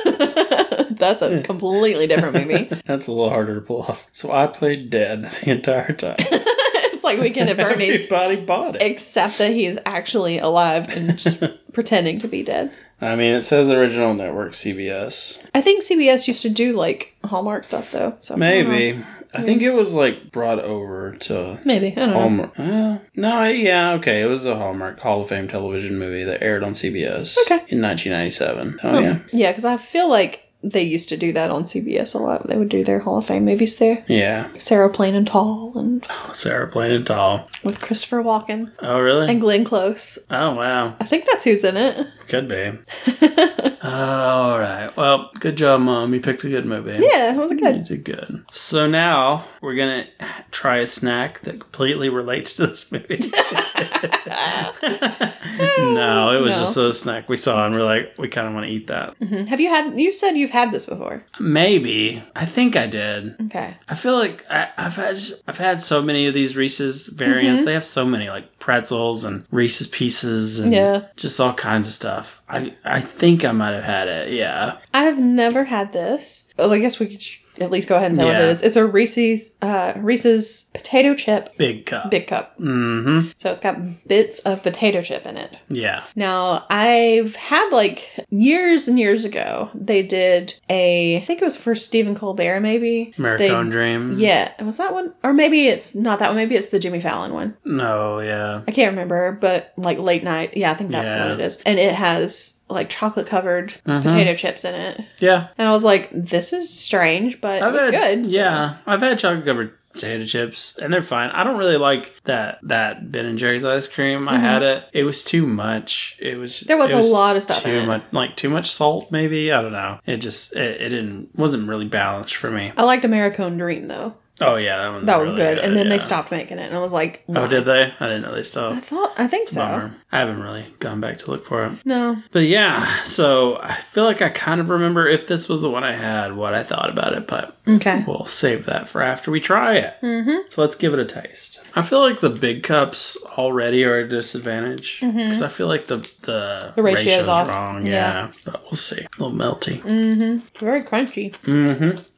Speaker 2: That's
Speaker 1: Hmm.
Speaker 2: a completely different movie.
Speaker 1: That's a little harder to pull off. So I played dead the entire time.
Speaker 2: it's like Weekend at Bernie's,
Speaker 1: Everybody bought it.
Speaker 2: except that he is actually alive and just pretending to be dead.
Speaker 1: I mean, it says original network CBS.
Speaker 2: I think CBS used to do like Hallmark stuff though. So I don't know.
Speaker 1: Maybe. I think it was like brought over to
Speaker 2: Maybe. I don't know.
Speaker 1: Hallmark. Well, no, yeah, okay. It was a Hallmark Hall of Fame television movie that aired on CBS
Speaker 2: Okay.
Speaker 1: in 1997. Oh, yeah.
Speaker 2: Yeah, because I feel like they used to do that on CBS a lot. They would do their Hall of Fame movies there.
Speaker 1: Yeah.
Speaker 2: Sarah Plain and Tall and
Speaker 1: Sarah Plain and Tall.
Speaker 2: with Christopher Walken
Speaker 1: Oh, really?
Speaker 2: and Glenn Close.
Speaker 1: oh, wow.
Speaker 2: I think that's who's in it.
Speaker 1: Could be. All right. Well, good job, Mom. You picked a good movie.
Speaker 2: Yeah, it was
Speaker 1: You
Speaker 2: good.
Speaker 1: did good. So now we're going to try a snack that completely relates to this movie. no, it was
Speaker 2: No.
Speaker 1: just a snack we saw and we're like, we kind of want to eat that.
Speaker 2: Mm-hmm. Have you had? You said you've had this before.
Speaker 1: Maybe. I think I did.
Speaker 2: Okay.
Speaker 1: I feel like I, I've had just- I've had so many of these Reese's
Speaker 2: Mm-hmm.
Speaker 1: variants. They have so many like pretzels and Reese's pieces and
Speaker 2: Yeah.
Speaker 1: just all kinds of stuff. I I think I might have had it. Yeah,
Speaker 2: I have never had this. Oh, I guess we could sh- at least go ahead and tell what
Speaker 1: Yeah.
Speaker 2: it is. It's a Reese's uh, Reese's potato chip
Speaker 1: big cup.
Speaker 2: big cup.
Speaker 1: Mm-hmm.
Speaker 2: So it's got bits of potato chip in it.
Speaker 1: Yeah.
Speaker 2: Now, I've had like years and years ago, they did a, I think it was for Stephen Colbert, maybe.
Speaker 1: American
Speaker 2: They-
Speaker 1: Dream.
Speaker 2: Yeah, was that one? Or maybe it's not that one. Maybe it's the Jimmy Fallon one.
Speaker 1: No. Yeah.
Speaker 2: I can't remember, but like late night. Yeah, I think that's
Speaker 1: Yeah. Uh-huh.
Speaker 2: what it is. And it has like chocolate covered potato chips in it.
Speaker 1: Yeah.
Speaker 2: And I was like, this is strange, but it was
Speaker 1: had
Speaker 2: good. so-
Speaker 1: yeah. I've had chocolate covered potato chips and they're fine. I don't really like that that Ben and Jerry's ice cream. I had it. It was too much. It was
Speaker 2: Mm-hmm. There was
Speaker 1: it
Speaker 2: a lot of stuff
Speaker 1: Too
Speaker 2: in it.
Speaker 1: much like too much salt. Maybe I don't know. It just it, it didn't wasn't really balanced for me.
Speaker 2: I liked Americone Dream though.
Speaker 1: Oh yeah, that, one
Speaker 2: That was good. And then
Speaker 1: yeah.
Speaker 2: they stopped making it. And I was like,
Speaker 1: Oh,
Speaker 2: why?
Speaker 1: did they? I didn't know they
Speaker 2: I
Speaker 1: stopped.
Speaker 2: thought, I think so.
Speaker 1: Bummer. I haven't really gone back to look for it.
Speaker 2: No.
Speaker 1: But yeah, so I feel like I kind of remember if this was the one I had, what I thought about it, but
Speaker 2: Okay.
Speaker 1: We'll save that for after we try it. Mm-hmm. So let's give it a taste. I feel like the big cups already are a disadvantage because I feel like the the,
Speaker 2: Mm-hmm. The ratio's
Speaker 1: ratio's
Speaker 2: off.
Speaker 1: wrong. Yeah. but we'll see. A little melty.
Speaker 2: Very crunchy.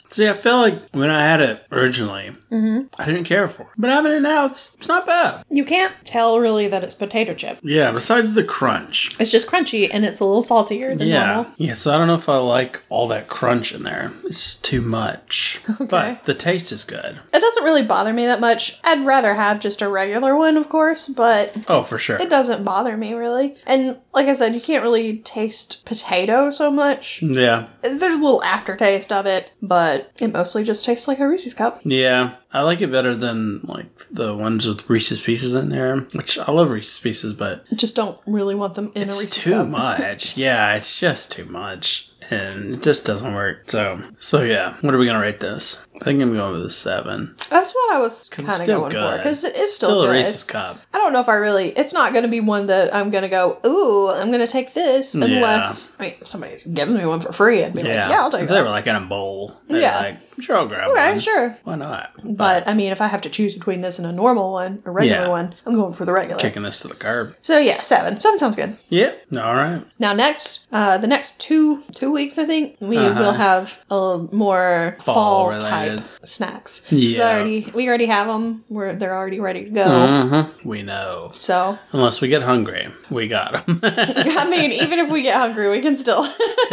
Speaker 1: See, I feel like when I had it originally,
Speaker 2: Mm-hmm.
Speaker 1: I didn't care for it, but having it now, it's it's not bad.
Speaker 2: You can't tell really that it's potato chip.
Speaker 1: Yeah, besides the crunch.
Speaker 2: It's just crunchy and it's a little saltier than
Speaker 1: Yeah,
Speaker 2: normal.
Speaker 1: yeah. So I don't know if I like all that crunch in there. It's too much,
Speaker 2: Okay.
Speaker 1: but the taste is good.
Speaker 2: It doesn't really bother me that much. I'd rather have just a regular one, of course, but
Speaker 1: Oh, for sure.
Speaker 2: it doesn't bother me really. And like I said, you can't really taste potato so much.
Speaker 1: Yeah,
Speaker 2: There's a little aftertaste of it, but it mostly just tastes like a Reese's cup.
Speaker 1: Yeah, I like it better than like the ones with Reese's Pieces in there, which I love Reese's Pieces, but
Speaker 2: Just don't really want them in a
Speaker 1: it's
Speaker 2: Reese's
Speaker 1: too
Speaker 2: cup.
Speaker 1: much. Yeah, it's just too much, and it just doesn't work. So, so yeah, what are we gonna rate this? I think I'm going with a seven.
Speaker 2: That's what I was kind
Speaker 1: it's
Speaker 2: of
Speaker 1: still
Speaker 2: going for
Speaker 1: good.
Speaker 2: because it's still,
Speaker 1: Still a
Speaker 2: good.
Speaker 1: Reese's cup.
Speaker 2: I don't know if I really. It's not going to be one that I'm going to go. Ooh, I'm going to take this unless I mean somebody's giving me one for free. I'd be
Speaker 1: Yeah,
Speaker 2: like, yeah, I'll take
Speaker 1: If They
Speaker 2: that.
Speaker 1: were like in a bowl. They'd
Speaker 2: Yeah.
Speaker 1: yeah, like sure, I'll grab
Speaker 2: okay,
Speaker 1: one.
Speaker 2: sure.
Speaker 1: Why not?
Speaker 2: But I mean, if I have to choose between this and a normal one, a regular
Speaker 1: Yeah.
Speaker 2: one, I'm going for the regular.
Speaker 1: Kicking this to the curb.
Speaker 2: So yeah, seven. Seven sounds good.
Speaker 1: Yep. All right.
Speaker 2: Now next, uh, the next two two weeks, I think we
Speaker 1: Uh-huh.
Speaker 2: will have a more fall, type
Speaker 1: Fall-related.
Speaker 2: snacks. So
Speaker 1: Yeah.
Speaker 2: already, we already have them. We're they're already ready to go.
Speaker 1: Uh-huh. We know.
Speaker 2: So
Speaker 1: Unless we get hungry, we got them.
Speaker 2: I mean, even if we get hungry, we can still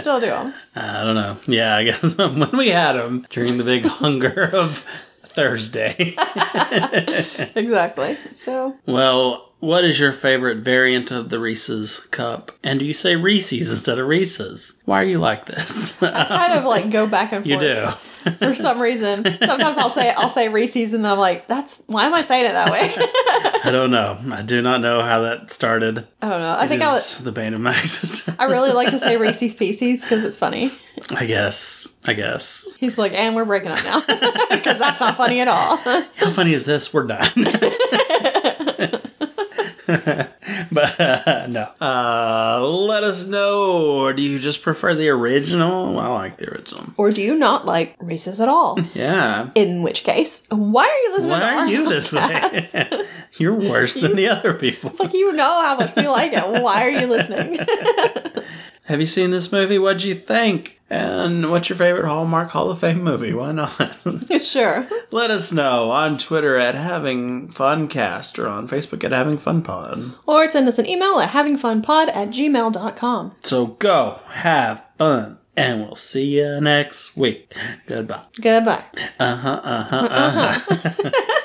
Speaker 2: still do them.
Speaker 1: I don't know. Yeah, I guess when we had them during the big hunger of Thursday.
Speaker 2: Exactly. So
Speaker 1: well, What is your favorite variant of the Reese's cup? And do you say Reese's instead of Reese's? Why are you like this?
Speaker 2: kind of like go back and forth.
Speaker 1: you do.
Speaker 2: for some reason. Sometimes I'll say I'll say Reese's, and then I'm like, that's why am I saying it that way?
Speaker 1: I don't know. I do not know how that started.
Speaker 2: I don't know. I think
Speaker 1: it
Speaker 2: I would,
Speaker 1: is the bane of my existence.
Speaker 2: I really like to say Reese's Pieces because it's funny.
Speaker 1: I guess. I guess.
Speaker 2: He's like, and we're breaking up now because that's not funny at all.
Speaker 1: How funny is this? We're done. but uh, no. Uh, let us know. Or do you just prefer the original? I like the original.
Speaker 2: or do you not like Reese's at all?
Speaker 1: Yeah.
Speaker 2: In which case, why are you listening?
Speaker 1: Why
Speaker 2: to
Speaker 1: are
Speaker 2: our
Speaker 1: you this
Speaker 2: podcast?
Speaker 1: way? You're worse than the other people.
Speaker 2: It's like you know how much we like it. Why are you listening?
Speaker 1: Have you seen this movie? What'd you think? And what's your favorite Hallmark Hall of Fame movie? Why not?
Speaker 2: sure.
Speaker 1: Let us know on Twitter at Having Funcast or on Facebook at Having Fun Pod.
Speaker 2: Or send us an email at havingfunpod at gmail.com.
Speaker 1: So go have fun, and we'll see you next week. Goodbye.
Speaker 2: Goodbye.
Speaker 1: Uh huh. Uh huh.